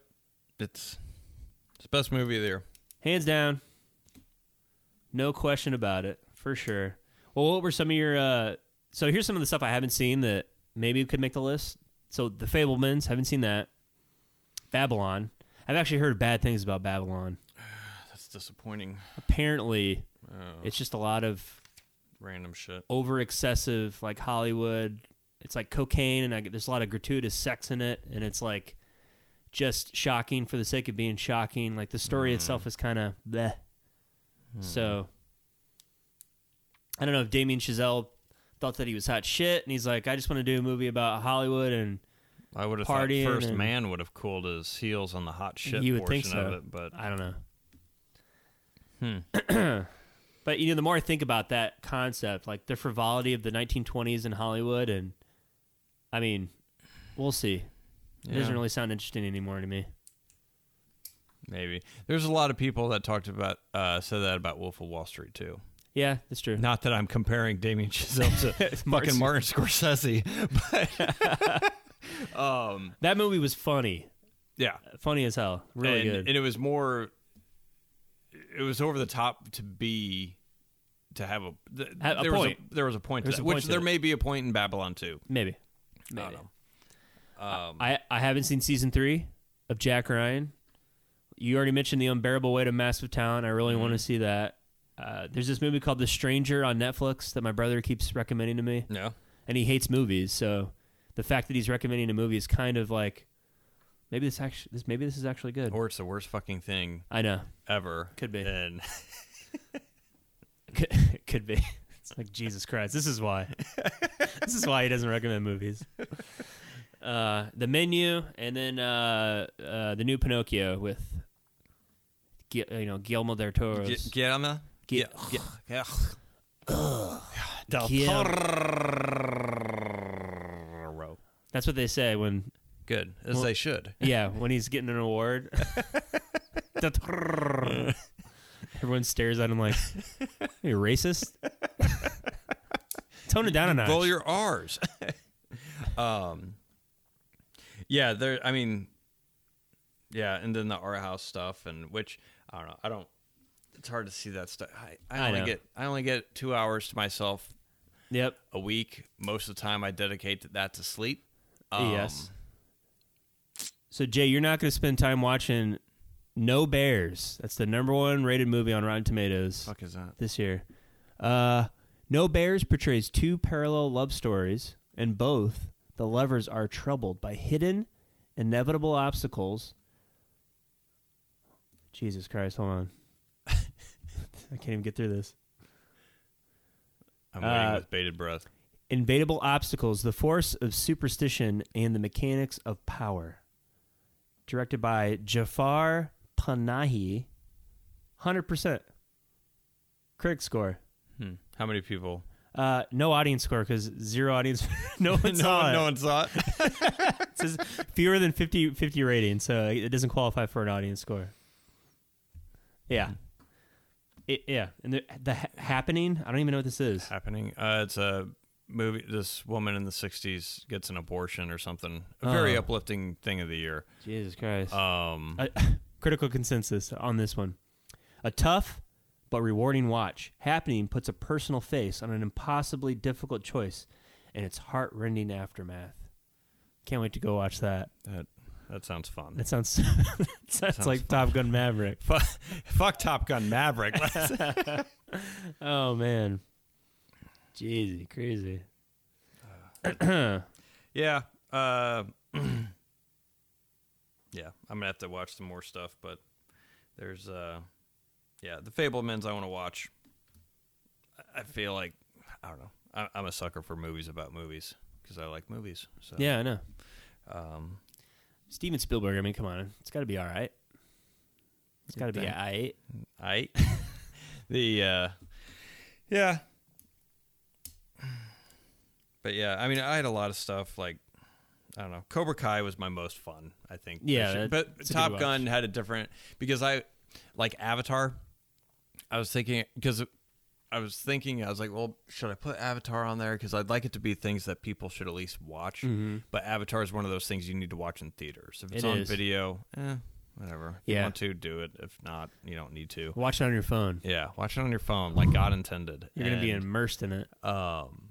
It's it's the best movie there. hands down. No question about it, for sure. Well, what were some of your? Uh, so here's some of the stuff I haven't seen that maybe could make the list. So the Fablemans, haven't seen that. Babylon, I've actually heard bad things about Babylon. That's disappointing. Apparently, it's just a lot of Random shit. over excessive, like Hollywood. It's like cocaine, and I, get- there's a lot of gratuitous sex in it, and it's like just shocking for the sake of being shocking. Like the story itself is kind of bleh. So I don't know if Damien Chazelle thought that he was hot shit, and he's like, I just want to do a movie about Hollywood, and I would have Partying thought First and- Man would have cooled his heels on the hot shit You would portion think of so. it, but I don't know. <clears throat> but you know, the more I think about that concept, like the frivolity of the 1920s in Hollywood, and I mean, we'll see. It Yeah. doesn't really sound interesting anymore to me. maybe there's a lot of people that talked about uh, said that about Wolf of Wall Street too. Yeah, that's true. Not that I'm comparing Damien <laughs> Chazelle to fucking Martin Scorsese, but um, That movie was funny, yeah, funny as hell, really and, good. and it was more, it was over the top to be, to have a, th- Have a there point. was a there was a point to There's that, a which point to there it. may be a point in Babylon too. Maybe. I don't Maybe. Uh, know. Um, I, I haven't seen season three of Jack Ryan. You already mentioned the unbearable weight of massive talent. I really want to see that. Uh, there's this movie called The Stranger on Netflix that my brother keeps recommending to me, No, and he hates movies. So the fact that he's recommending a movie is kind of like maybe this actually this maybe this is actually good. or it's the worst fucking thing I know, ever. Could be. And <laughs> could, could be. It's like Jesus Christ. This is why. <laughs> this is why he doesn't recommend movies. <laughs> Uh, the menu, and then uh, uh, the new Pinocchio with, Gui- you know, Guillermo del Toro's. get, get on the Get- get, get, Del Get- Toro. That's what they say when, Good, as they should. yeah, when he's getting <laughs> an award. Del Toro. Everyone stares at him like, "Are you racist?" Tone it down a notch. Roll your R's. <laughs> um, yeah, there. I mean, yeah, and then the art house stuff, and which I don't know. I don't. It's hard to see that stuff. I, I I only know. get I only get two hours to myself yep. a week. Most of the time, I dedicate to that to sleep. Um, Yes. So Jay, you're not going to spend time watching No Bears. That's the number one rated movie on Rotten Tomatoes Fuck is that? this year. Uh, no Bears portrays two parallel love stories, and both the lovers are troubled by hidden, inevitable obstacles. Jesus Christ! Hold on, <laughs> I can't even get through this. I'm waiting Uh, with bated breath. Invadable obstacles, the force of superstition, and the mechanics of power. Directed by Jafar Panahi. 100%. Critic score. Hmm. How many people? Uh, no audience score because zero audience. <laughs> no <laughs> one saw it. one saw it. It says fewer than 50, 50 ratings, so it doesn't qualify for an audience score. Yeah. It, yeah, and the, the ha- happening. I don't even know what this is. happening. Uh, it's a movie. This woman in the '60s gets an abortion or something. A very Oh. uplifting thing of the year. Jesus Christ. Um, Uh, <laughs> critical consensus on this one. A tough but rewarding watch. Happening puts a personal face on an impossibly difficult choice and its heart-rending aftermath. Can't wait to go watch that. that that sounds fun. That sounds <laughs> that sounds, Sounds like Top Gun <laughs> Maverick. Fuck, fuck Top Gun <laughs> Maverick. Oh man. Jeezy, crazy. yeah. Uh, <clears throat> yeah. I'm gonna have to watch some more stuff, but there's uh, yeah, The Fablemans. I want to watch. I- I feel like I don't know. I, I'm a sucker for movies about movies because I like movies. So <clears throat> Yeah, I know. Um, Steven Spielberg, I mean, come on. It's got to be all right. It's got to be all Yeah. right. I <laughs> the uh yeah. But yeah, I mean, I had a lot of stuff like I don't know. Cobra Kai was my most fun, I think. this Yeah, year. that- but it's a good Top watch. Gun had a different because I like Avatar. I was thinking because I was thinking I was like, well, should I put Avatar on there because I'd like it to be things that people should at least watch. Mm-hmm. But Avatar is one of those things you need to watch in theaters. If it's It on is. video, eh, whatever. If you Yeah. want to do it. If not, you don't need to. Watch it on your phone. Yeah, watch it on your phone, like God intended. You're going to be And, immersed in it. Um,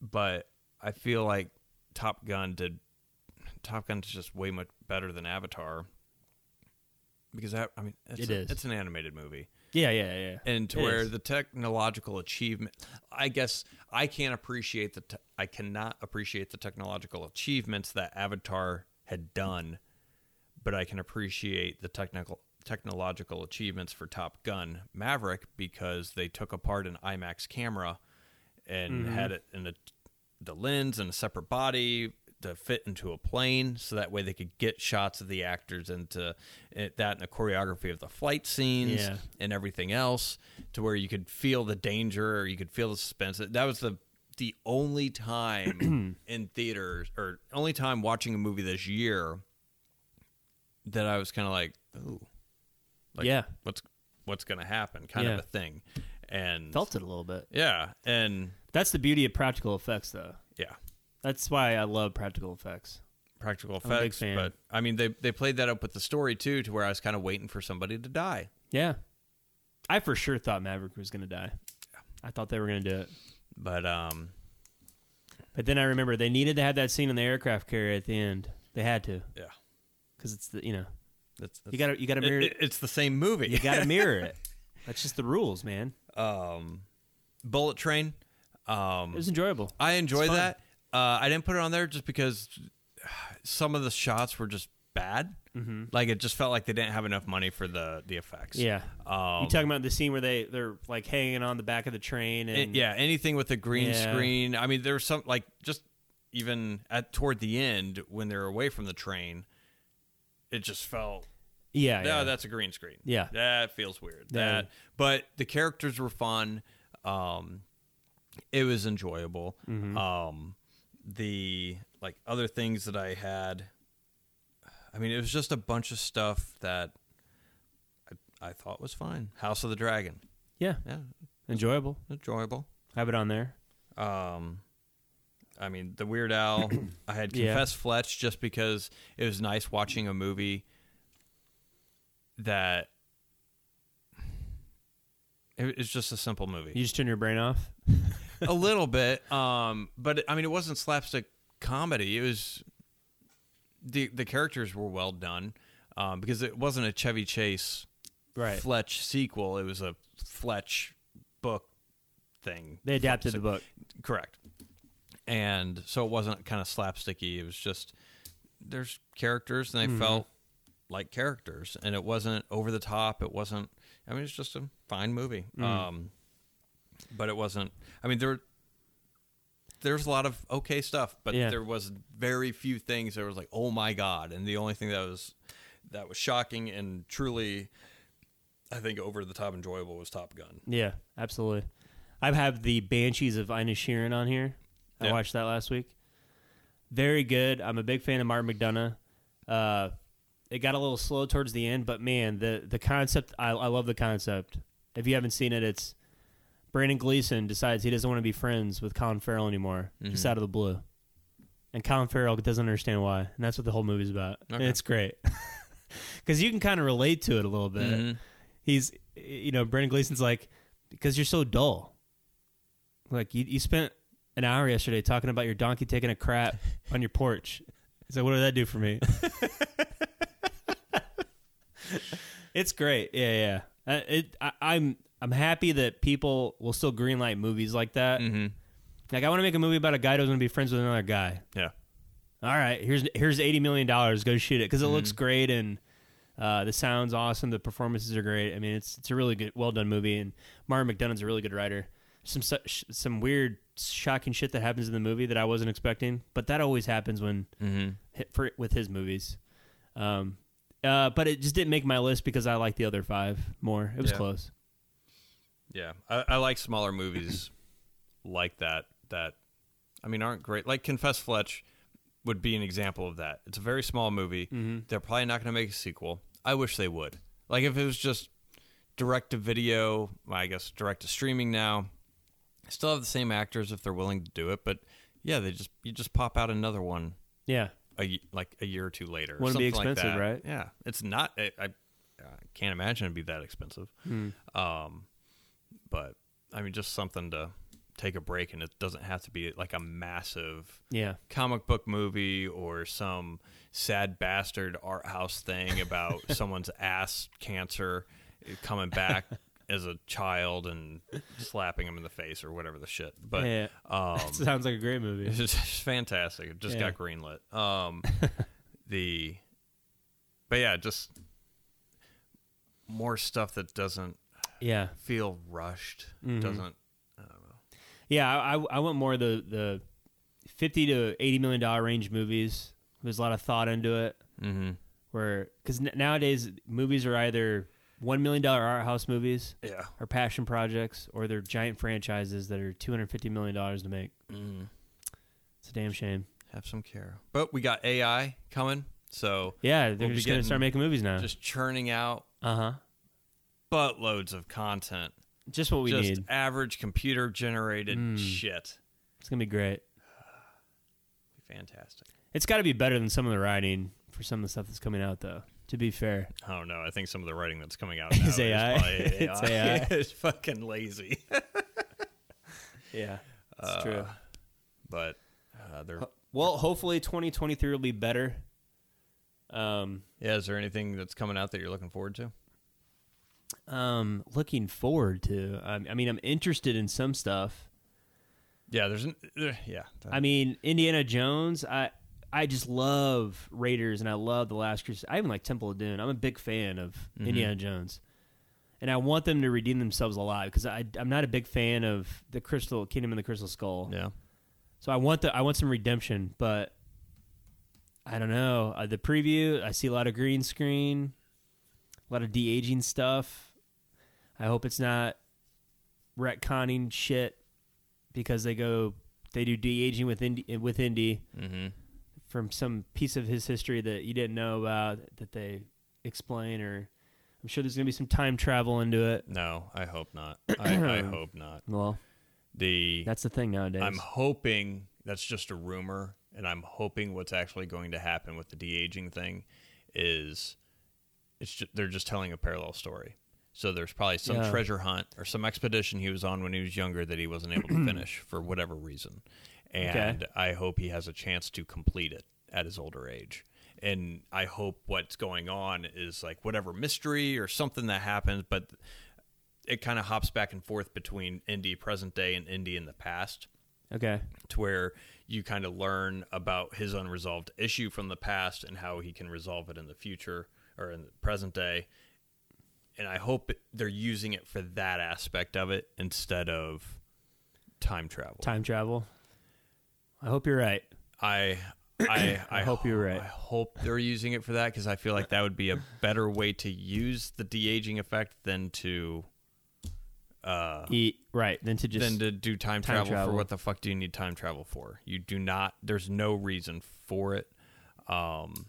but I feel like Top Gun did. Top Gun's just way much better than Avatar. Because that, I mean, it's It a- is. It's an animated movie, Yeah, yeah, yeah. and to It where is. the technological achievement, I guess I can't appreciate the. Te- I cannot appreciate the technological achievements that Avatar had done, but I can appreciate the technical technological achievements for Top Gun Maverick because they took apart an IMAX camera and Mm-hmm. had it in a, the lens and a separate body to fit into a plane so that way they could get shots of the actors into it, that and a choreography of the flight scenes Yeah. and everything else to where you could feel the danger or you could feel the suspense that was the the only <clears throat> time in theaters or only time watching a movie this year that I was kind of like, ooh, like, yeah. what's what's gonna happen, kind Yeah. of a thing, and Felt it a little bit. yeah, and That's the beauty of practical effects, though. yeah, That's why I love practical effects. practical I'm a big effects. fan. But I mean, they they played that up with the story too, to where I was kind of waiting for somebody to die. Yeah. I for sure thought Maverick was going to die. I thought they were going to do it. But um, But then I remember they needed to have that scene in the aircraft carrier at the end. They had to yeah, because it's the, you know, that's, that's you got to, you got to it- mirror it- it's the same movie. You got to mirror it. That's just the rules, man. um, Bullet Train. It Um, was enjoyable. I enjoy It's fun. that. Uh, I didn't put it on there just because some of the shots were just bad. Mm-hmm. Like it just felt like they didn't have enough money for the the effects. Yeah. Um, you talking about the scene where they they're like hanging on the back of the train and a- yeah, anything with a green Yeah. screen. I mean, there was some like just even at toward the end when they're away from the train, it just felt yeah, no, yeah. that's a green screen. Yeah. that feels weird. Yeah. That, but the characters were fun. Um, it was enjoyable. Mm-hmm. Um, the like other things that I had. I mean, it was just a bunch of stuff that I, I thought was fine. House of the Dragon, yeah, yeah, enjoyable. enjoyable. Have it on there. Um, I mean, the Weird <clears throat> Al. I had Yeah. confessed Fletch just because it was nice watching a movie that it, it's just a simple You movie, just turn your brain off. a little bit. Um, but I mean, it wasn't slapstick comedy. It was the the characters were well done um, because it wasn't a Chevy Chase Right. Fletch sequel. It was a Fletch book thing. They adapted the book. Correct. And so it wasn't kind of slapsticky. It was just there's characters and they felt like characters, and it wasn't over the top. It wasn't. I mean, it's just a fine movie. Um, but it wasn't. I mean, there there's a lot of okay stuff, but Yeah. there was very few things that was like, oh my god. And the only thing that was that was shocking and truly, I think, over the top enjoyable was Top Gun. Yeah, absolutely. I have the Banshees of Ina Sheeran on here. I Yeah. watched that last week. Very good. I'm a big fan of Martin McDonough. Uh, it got a little slow towards the end, but man, the the concept I, I love the concept If you haven't seen it, it's Brandon Gleason decides he doesn't want to be friends with Colin Farrell anymore, just Mhm. out of the blue. And Colin Farrell doesn't understand why, and that's what the whole movie's about. And Okay. it's great <laughs> because you can kind of relate to it a little bit. Mhm. He's, you know, Brandon Gleason's like, because you're so dull. Like you, you spent an hour yesterday talking about your donkey taking a crap on your porch. He's like, what did that do for me? <laughs> it's great. Yeah, yeah. Uh, it, I, I'm, I'm happy that people will still greenlight movies like that. Mhm. Like, I want to make a movie about a guy who doesn't want to be friends with another guy. Yeah. All right, here's here's eighty million dollars. Go shoot it because it looks Mm-hmm. great and uh, the sounds awesome. The performances are great. I mean, it's it's a really good, well done movie. And Martin McDonough's a really good writer. Some such some weird, shocking shit that happens in the movie that I wasn't expecting, but that always happens when Mhm. hit for with his movies. Um, uh, but it just didn't make my list because I like the other five more. It was Yeah. close. Yeah, I, I like smaller movies <clears throat> like that. That I mean, aren't great. Like Confess Fletch would be an example of that. It's a very small movie. They're probably not going to make a sequel. I wish they would. Like if it was just direct to video, well, I guess direct to streaming now. Still have the same actors if they're willing to do it, but yeah, they just you just pop out another one Yeah, a y- like a year or two later. Wouldn't be something like expensive, that. right? Yeah, it's not. I, I, I can't imagine it'd be that expensive. Hmm. Um, but I mean, just something to take a break, and it doesn't have to be like a massive yeah. comic book movie or some sad bastard art house <laughs> thing about someone's ass cancer coming <laughs> back as a child and slapping him in the face or whatever the shit. But yeah, <laughs> um, That sounds like a <laughs> great it's movie. just it's fantastic. It just Yeah. got greenlit. <laughs> Um, the, but yeah, just more stuff that doesn't Yeah. feel rushed. Mhm. Doesn't. Yeah, I, I- I want more of the the fifty to eighty million dollar range movies. There's a lot of thought into it. Mm-hmm. Where because n- nowadays movies are either one million dollar art house movies Yeah. or passion projects, or they're giant franchises that are two hundred fifty million dollars to make. Mm. It's a damn shame. Have some care. But we got AI coming, so Yeah, they're We'll be just gonna getting start making movies now. just churning out Uh huh. buttloads of content. Just what we just need. average computer generated Mm. shit. It's gonna be great. Fantastic. It's got to be better than some of the writing for some of the stuff that's coming out, though. To be fair, I don't know. I think some of the writing that's coming out <laughs> Is now AI. probably It's AI. <laughs> it's fucking lazy. yeah, it's Uh, true. but uh, there Well, hopefully 2023 will be better. Um, yeah is there anything that's coming out that you're looking forward to um, looking forward to. I, I mean, I'm interested in some stuff. yeah there's an, there, yeah I mean, Indiana Jones. I I just love Raiders, and I love the Last Crusade. I even like Temple of Doom. I'm a big fan of Indiana Jones, and I want them to redeem themselves a lot because I I'm not a big fan of the Crystal Kingdom and the Crystal Skull. yeah So I want the I want some redemption, but I don't know. Uh, the preview, I see a lot of green screen, a lot of de aging stuff. I hope it's not retconning shit because they go they do de aging with Indy, with Indy mm-hmm. from some piece of his history that you didn't know about that they explain or I'm sure there's gonna be some time travel into it. no i hope not I, I hope not Well, the that's the thing nowadays. i'm hoping that's just a rumor and i'm hoping what's actually going to happen with the de-aging thing is it's just, they're just telling a parallel story so there's probably some Yeah. treasure hunt or some expedition he was on when he was younger that he wasn't able <clears throat> to finish for whatever reason and i hope he has a chance to complete it at his older age and i hope what's going on is like whatever mystery or something that happens but it kind of hops back and forth between indie present day and indie in the past okay. to where you kind of learn about his unresolved issue from the past and how he can resolve it in the future or in the present day. And I hope they're using it for that aspect of it instead of time travel. Time travel. I hope you're right. I <clears throat> I I, hope you're right. I hope they're using it for that because I feel like that would be a better way to use the de aging effect than to uh, Eat right than to just than to do time, time travel, travel. for what the fuck do you need time travel for? You do not. There's no reason for it, um,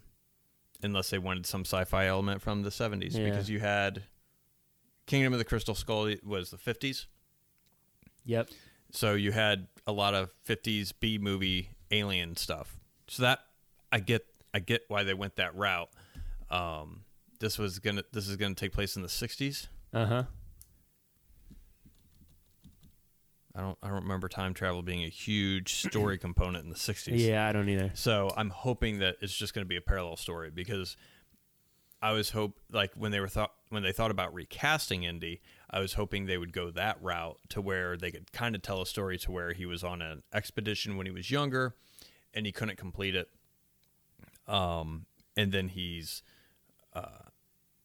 unless they wanted some sci-fi element from the '70s Yeah. because you had Kingdom of the Crystal Skull was the 50s. Yep. So you had a lot of 50s B movie alien stuff. So that I get I get why they went that route. Um, this was going to this is going to take place in the 60s. Uh huh. I don't I don't remember time travel being a huge <clears throat> story component in the 60s. Yeah, I don't either. So I'm hoping that it's just going to be a parallel story because I was hope like when they were thought when they thought about recasting Indy, I was hoping they would go that route to where they could kind of tell a story to where he was on an expedition when he was younger and he couldn't complete it. Um and then he's uh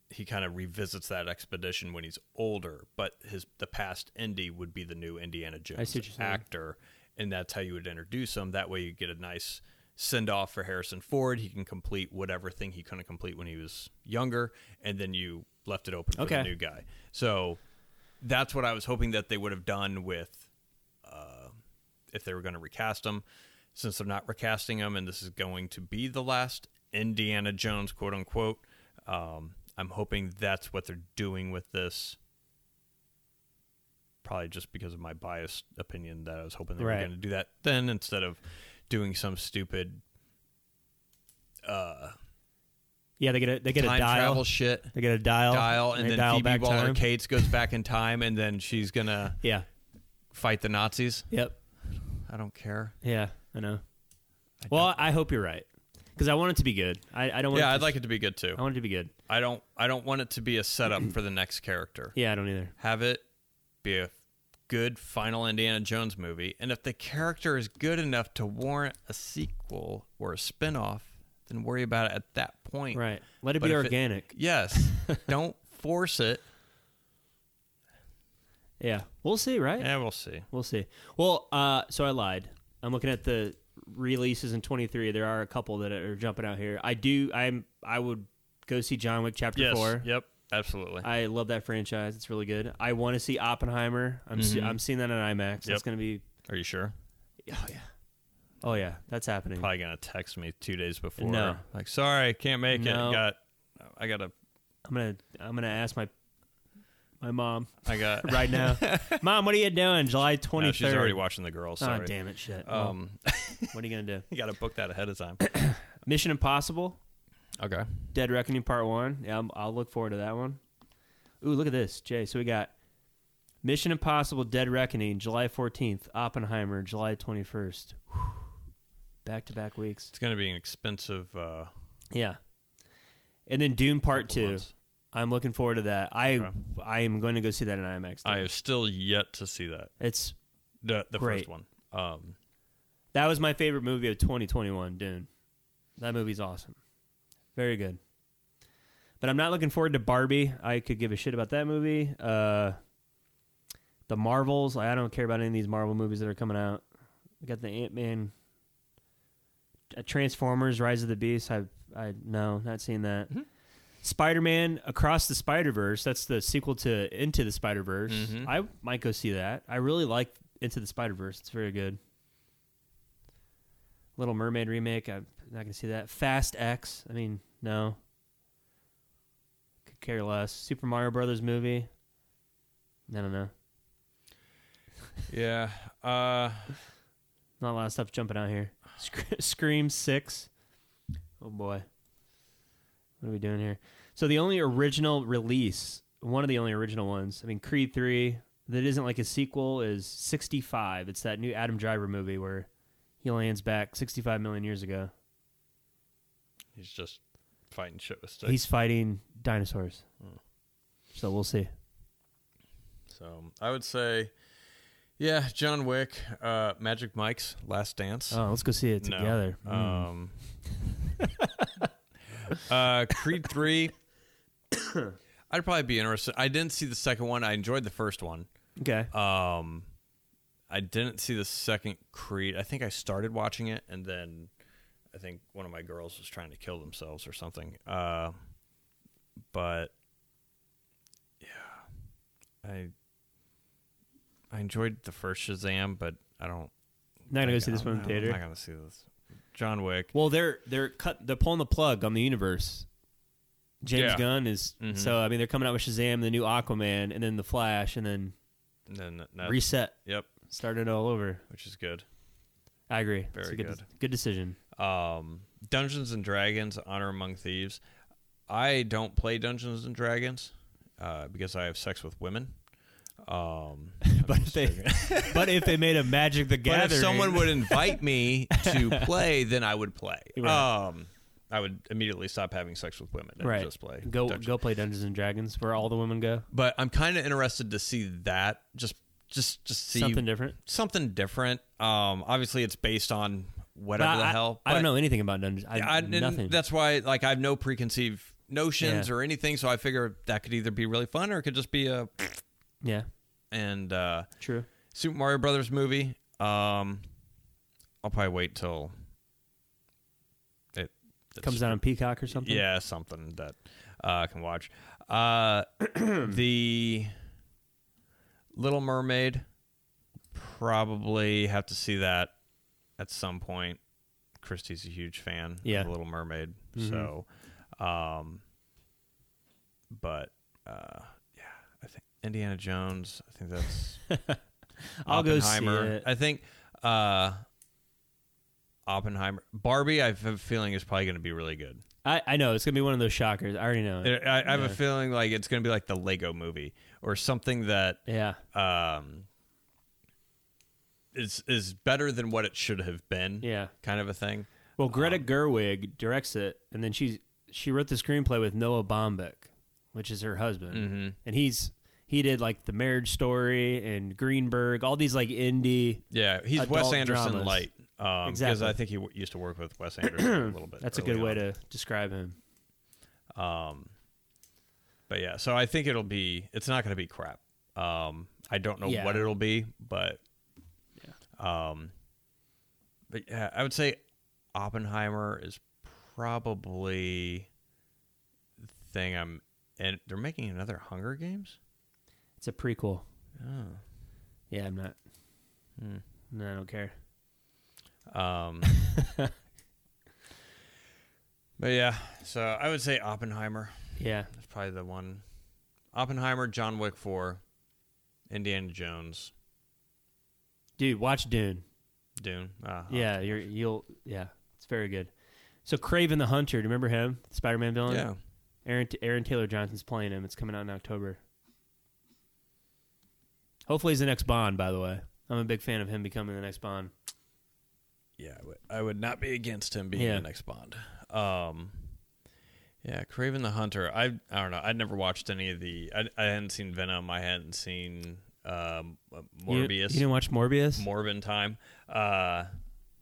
he kind of revisits that expedition when he's older, but his the past Indy would be the new Indiana Jones what you're saying. actor and that's how you would introduce him. That way you get a nice send off for Harrison Ford. He can complete whatever thing he couldn't complete when he was younger, and then you left it open for Okay. the new guy. So that's what I was hoping that they would have done with uh, if they were going to recast him. Since they're not recasting him, and this is going to be the last Indiana Jones, quote unquote. Um, I'm hoping that's what they're doing with this. Probably just because of my biased opinion that I was hoping they Right. were going to do that then instead of doing some stupid uh, Yeah, they get a they get time a dial. travel shit. They get a dial. Dial and, they then dial Phoebe back Waller time. Cates goes back in time and then she's gonna Yeah. fight the Nazis. Yep. I don't care. Yeah. I know. I well, I hope you're right because I want it to be good. I, I don't. don't- Want yeah, it I'd to, like it to be good too. I want it to be good. I don't. I don't want it to be a setup for the next character. Yeah, I don't either. Have it be a good final Indiana Jones movie, and if the character is good enough to warrant a sequel or a spinoff, then worry about it at that point. Right. Let it But be if it- organic. Yes. <laughs> don't force it. yeah. We'll see. Right. Yeah, we'll see. We'll see. Well, uh, so I lied. I'm looking at the releases in 23. There are a couple that are jumping out here. I do. I'm. I would go see John Wick Chapter Yes. Four. Yep. Absolutely. I love that franchise. It's really good. I want to see Oppenheimer. I'm. se- I'm seeing that on IMAX. Mm-hmm. Yep. That's gonna be. Are you sure? Oh yeah. Oh yeah. That's happening. Probably gonna text me two days before. No. Like, sorry, can't make No. it. Got. I got a. I'm gonna. I'm gonna ask my. My mom I <laughs> got. <laughs> right now. mom, what are you doing? July 23rd. No, she's already watching the girls. oh Sorry. damn it, shit. Well, um, <laughs> what are you gonna do? you got to book that ahead of <coughs> time. Mission Impossible. okay. Dead Reckoning Part One. Yeah, I'm, I'll look forward to that one. Ooh, look at this, Jay. So we got Mission Impossible: Dead Reckoning, July 14th. Oppenheimer, July 21st. Back to back weeks. It's going to be an expensive. Uh, Yeah, and then Dune Part Couple Two. months. I'm looking forward to that. I Okay. I am going to go see that in IMAX. I though. have still yet to see that. it's The, the Great. first one. Um, that was my favorite movie of 2021. Dune. That movie's awesome. Very good. But I'm not looking forward to Barbie. I could give a shit about that movie. Uh, the Marvels. I don't care about any of these Marvel movies that are coming out. We got the Ant Man, Transformers: Rise of the Beast. I I no, not seeing that. Spider Man Across the Spider Verse. That's the sequel to Into the Spider Verse. Mhm. I might go see that. I really like Into the Spider Verse. It's very good. Little Mermaid remake. I'm not gonna see that. Fast X. I mean, no. Could care less. Super Mario Brothers movie. I don't know. yeah. Uh, Not a lot of stuff jumping out here. Sc- <laughs> Scream six. Oh boy. What are we doing here? So the only original release, one of the only original ones, I mean Creed three, that isn't like a sequel is sixty five. It's that new Adam Driver movie where he lands back sixty five million years ago. he's just fighting shit with sticks. He's fighting dinosaurs. Hmm. So we'll see. so I would say, yeah, John Wick, uh, Magic Mike's Last Dance. Oh, let's go see it No. together. Mm. Um, <laughs> uh, Creed three. <coughs> I'd probably be interested. I didn't see the second one. I enjoyed the first one. okay. Um, I didn't see the second Creed. I think I started watching it, and then I think one of my girls was trying to kill themselves or something. Uh, but yeah, I I enjoyed the first Shazam, but I don't. Not gonna go see this one in I'm theater. not gonna see this. John Wick. Well, they're they're cut. They're pulling the plug on the universe. James Yeah. Gunn is Mhm. so. I mean, they're coming out with Shazam, the new Aquaman, and then the Flash, and then And then that, reset, yep, start it all over. which is good. I agree. It's Very a good. good. de- <laughs> good decision. Um, Dungeons and Dragons: Honor Among Thieves. I don't play Dungeons and Dragons uh, because I have sex with women. Um, but if they, <laughs> but if they made a Magic the Gathering, But if someone would invite <laughs> me to play, then I would play. Right. Um, I would immediately stop having sex with women and right, just play. go Dungeons. go play Dungeons and Dragons, where all the women go. But I'm kind of interested to see that. Just, just, just see Something different. something different. Um, obviously, it's based on But whatever I, the hell. I, I don't but- know anything about Dungeons. I, Yeah, I didn't- nothing. That's why, like, I have no preconceived notions Yeah. or anything. So I figure that could either be really fun or it could just be a yeah, and uh, true. Super Mario Brothers movie. Um, I'll probably wait till it it's- Comes out on Peacock or something. Yeah, something that uh, I can watch. Uh, <clears throat> the Little Mermaid. Probably have to see that at some point. Christy's a huge fan Yeah. Mm-hmm. of The Little Mermaid, so. Um, but uh, yeah, I think Indiana Jones. I think that's <laughs> I'll go see Oppenheimer. it. I think uh, Oppenheimer, Barbie. I have a feeling is probably going to be really good. I, I know it's gonna be one of those shockers. I already know. It. I, I have Yeah. a feeling like it's going to be like the Lego Movie or something that Yeah, um, is is better than what it should have been. yeah. kind of a thing. Well, Greta Gerwig directs it, and then she's she wrote the screenplay with Noah Baumbach, which is her husband, Mm-hmm. and he's he did like The Marriage Story and Greenberg, all these like indie. Yeah, he's Wes Adult Anderson dramas. light. Um, Because Exactly. I think he w- used to work with <clears throat> Wes Anderson a little bit. That's a early good way on. to describe him. Um, but yeah, so I think it'll be. It's not going to be crap. Um, I don't know Yeah. what it'll be, but Um, but yeah, I would say Oppenheimer is probably the thing I'm. And they're making another Hunger Games. It's a prequel. Oh. Yeah, I'm not. Hmm. No, I don't care. Um. but yeah, so I would say Oppenheimer. Yeah, That's probably the one. Oppenheimer, John Wick 4, Indiana Jones, dude, watch Dune. Dune. Uh, yeah, you're you'll yeah, it's very good. So Craven the Hunter, do you remember him, Spider-Man villain? Yeah. Aaron Aaron Taylor Johnson's playing him. It's coming out in October. Hopefully, he's the next Bond. By the way, I'm a big fan of him becoming the next Bond. Yeah, I would, I would not be against him being Yeah. the next Bond. Um, yeah, Craven the Hunter. I I don't know. I'd never watched any of the. I, I hadn't seen Venom. I hadn't seen um, uh, You didn't- Morbius. You, didn't watch Morbius? Morbin time. Uh,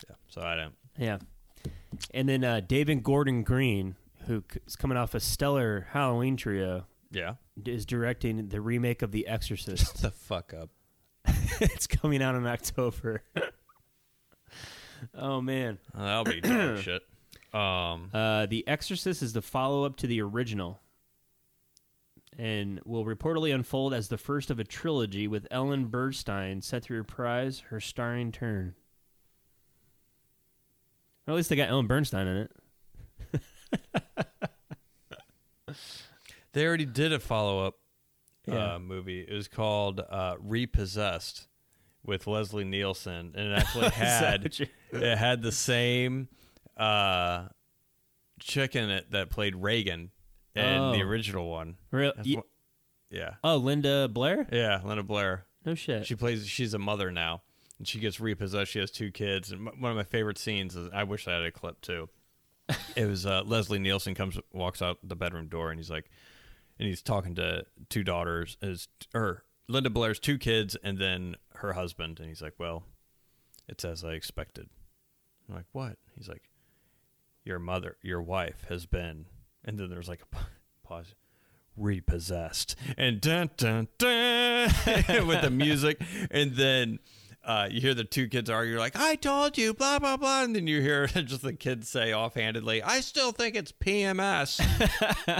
yeah, so I don't. yeah. And then uh, David Gordon Green, who c- is coming off a stellar Halloween trio, Yeah. d- is directing the remake of The <laughs> Exorcist. <laughs> The fuck up. it's coming out in October. <laughs> oh man. That'll be dog <coughs> shit. Um, Uh, the Exorcist is the follow up to the original and will reportedly unfold as the first of a trilogy with Ellen Burstyn set to reprise her starring turn. Well, at least they got Ellen Bernstein in it. they already did a follow up Yeah. uh, movie. It was called uh, Repossessed with Leslie Nielsen, and it <laughs> actually had what you- it had the same uh, chick in it that played Reagan in the Oh. original one. Real, That's ye- what- yeah, oh, Linda Blair? yeah, Linda Blair. No shit. She plays. She's a mother now, and she gets repossessed. She has two kids, and m- one of my favorite scenes is. I wish I had a clip too. it was uh, Leslie Nielsen comes walks out the bedroom door, and he's like, and he's talking to two daughters, his or Linda Blair's two kids, and then her husband, and he's like, well, it's as I expected. I'm like, what? He's like, your mother, your wife has been, and then there's like a pa- pause, repossessed, and dun dun dun <laughs> with the music, and then uh, you hear the two kids argue, like, I told you, blah blah blah, and then you hear <laughs> just the kids say offhandedly, I still think it's PMS,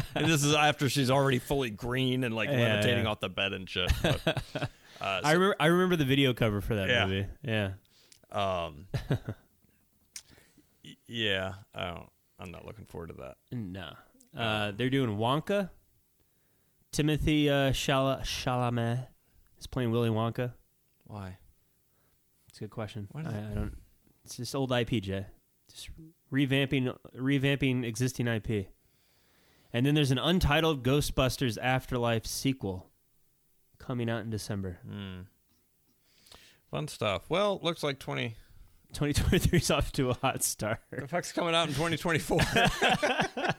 <laughs> and this is after she's already fully green and like Yeah, levitating yeah. off the bed and shit. But, uh, I, remember, I remember the video cover for that Yeah. movie. Yeah. um, y- yeah, I don't. I'm not looking forward to that. No. Uh, they're doing Wonka. Timothy uh, Chala- Chalamet is playing Willy Wonka. Why? It's a good question. Why does I, I don't. It's just old IP, Jay. Just revamping, revamping existing IP. And then there's an untitled Ghostbusters Afterlife sequel coming out in December. Hmm. Fun stuff. Well, looks like 20. 2023 is off to a hot start. The fuck's coming out in 2024?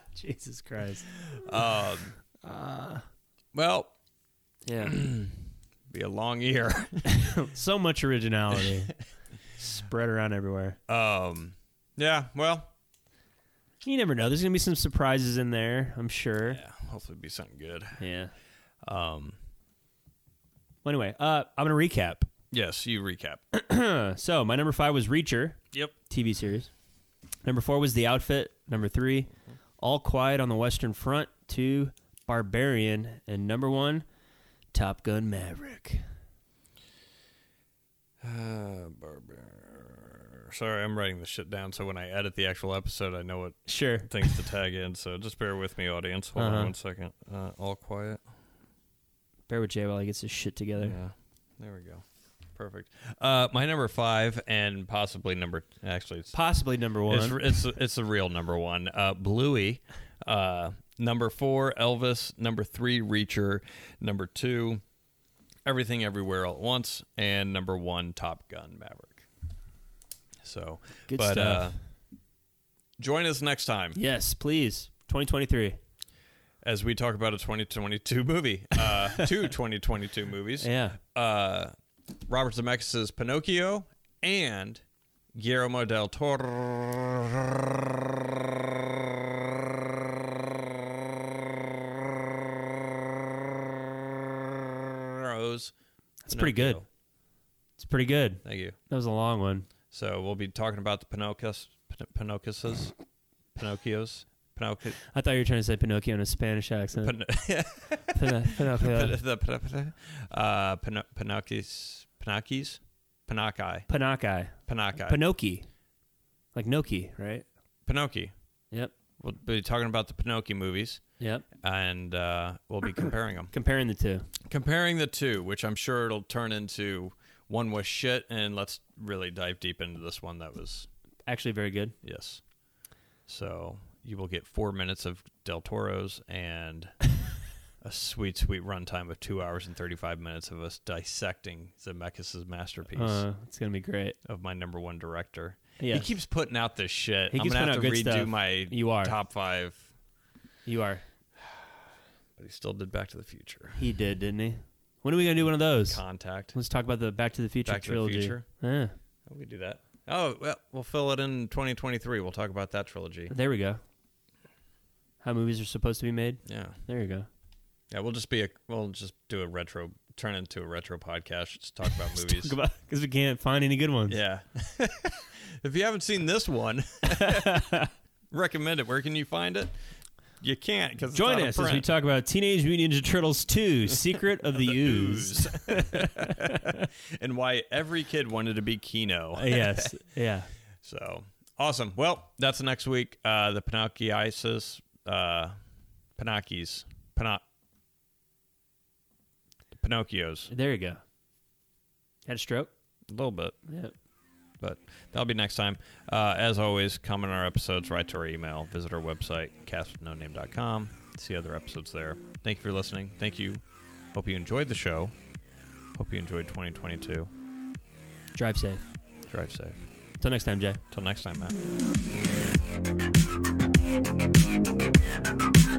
<laughs> Jesus Christ. um, Uh, well, yeah. <clears throat> be a long year. so much <laughs> originality spread around everywhere. Um, yeah, well, You never know. There's gonna be some surprises in there, I'm sure. yeah, hopefully it'll be something good. Yeah. Um, Well, anyway, uh, I'm gonna recap. <clears throat> yes, you recap. so my number five was Reacher yep. <sighs> TV series. Number four was The Outfit. Number three, All Quiet on the Western Front. Two, Barbarian, and number one, Top Gun Maverick. Uh, Barber. Sorry, I'm writing this shit down so when I edit the actual episode, I know what Sure. things to tag in. So just bear with me, audience. Hold Uh-huh. on one second. Uh, all quiet. Bear with Jay while he gets his shit together. Yeah. There we go. Perfect. Uh, my number five and possibly number actually it's Possibly number one. it's it's, it's the real number one. Uh, Bluey. Uh, number four, Elvis. Number three, Reacher. Number two, Everything Everywhere All at Once, and number one, Top Gun Maverick. So, Good but stuff. uh, join us next time yes, please. 2023. as we talk about a 2022 movie, uh, <laughs> two 2022 movies. Yeah. uh, Robert Zemeckis' Pinocchio and Guillermo del Toro's. That's pretty good. It's pretty good. Thank you. That was a long one. So we'll be talking about the Pinocchios, Pin- Pinocchios, Pinocchios, Pinocchio, I thought you were trying to say Pinocchio in a Spanish accent. Pin- Pin- <laughs> Pinocchio. the Pin- uh, Pin- Pinocchios, Pinocchios, Pinocchi, Panakai. Pinocchi, Pinocchi. Like Noki, right? Pinocchi. Yep. We'll be talking about the Pinocchio movies, Yep. and uh, we'll be comparing them. Comparing the two. comparing the two, which I'm sure it'll turn into one was shit, and let's really dive deep into this one that was Actually, very good. yes. So you will get four minutes of Del Toro's and <laughs> a sweet, sweet runtime of two hours and thirty-five minutes of us dissecting Zemeckis' masterpiece Uh, it's gonna be great. of my number one director. Yeah, He keeps putting out this shit. He I'm keeps gonna have to putting out redo good stuff. my you are. top five, You are. but he still did Back to the Future. He did, didn't he? When are we gonna do one of those? Contact. Let's talk about the Back to the Future Back to the trilogy. Future? Yeah, We could do that. Oh, well, we'll fill it in 2023. We'll talk about that <laughs> trilogy. there we go. How movies are supposed to be made. Yeah. There you go. Yeah, we'll just be a we'll just do a retro turn into a retro podcast. Just talk <laughs> about movies. Because we can't find any good ones. yeah. <laughs> if you haven't seen this <laughs> one, <laughs> recommend it. Where can you find it? You can't cuz Join us as we talk about Teenage Mutant Ninja Turtles <laughs> 2: Secret of the, Ooze. <laughs> and why every kid wanted to be Kino. Uh, <laughs> yes. Yeah. <laughs> So awesome. Well, that's next week. Uh, the Pinocchiosis, uh, Pinocchios, Pinoc, Pinocchios, There you go. Had a stroke. a little bit, Yep. but that'll be next time. Uh, as always, comment on our episodes, write to our email, visit our website, castwithnoname.com. See other episodes there. Thank you for listening. Thank you. Hope you enjoyed the show. Hope you enjoyed 2022. Drive safe. Drive safe. Till next time, Jay. Till next time, Matt.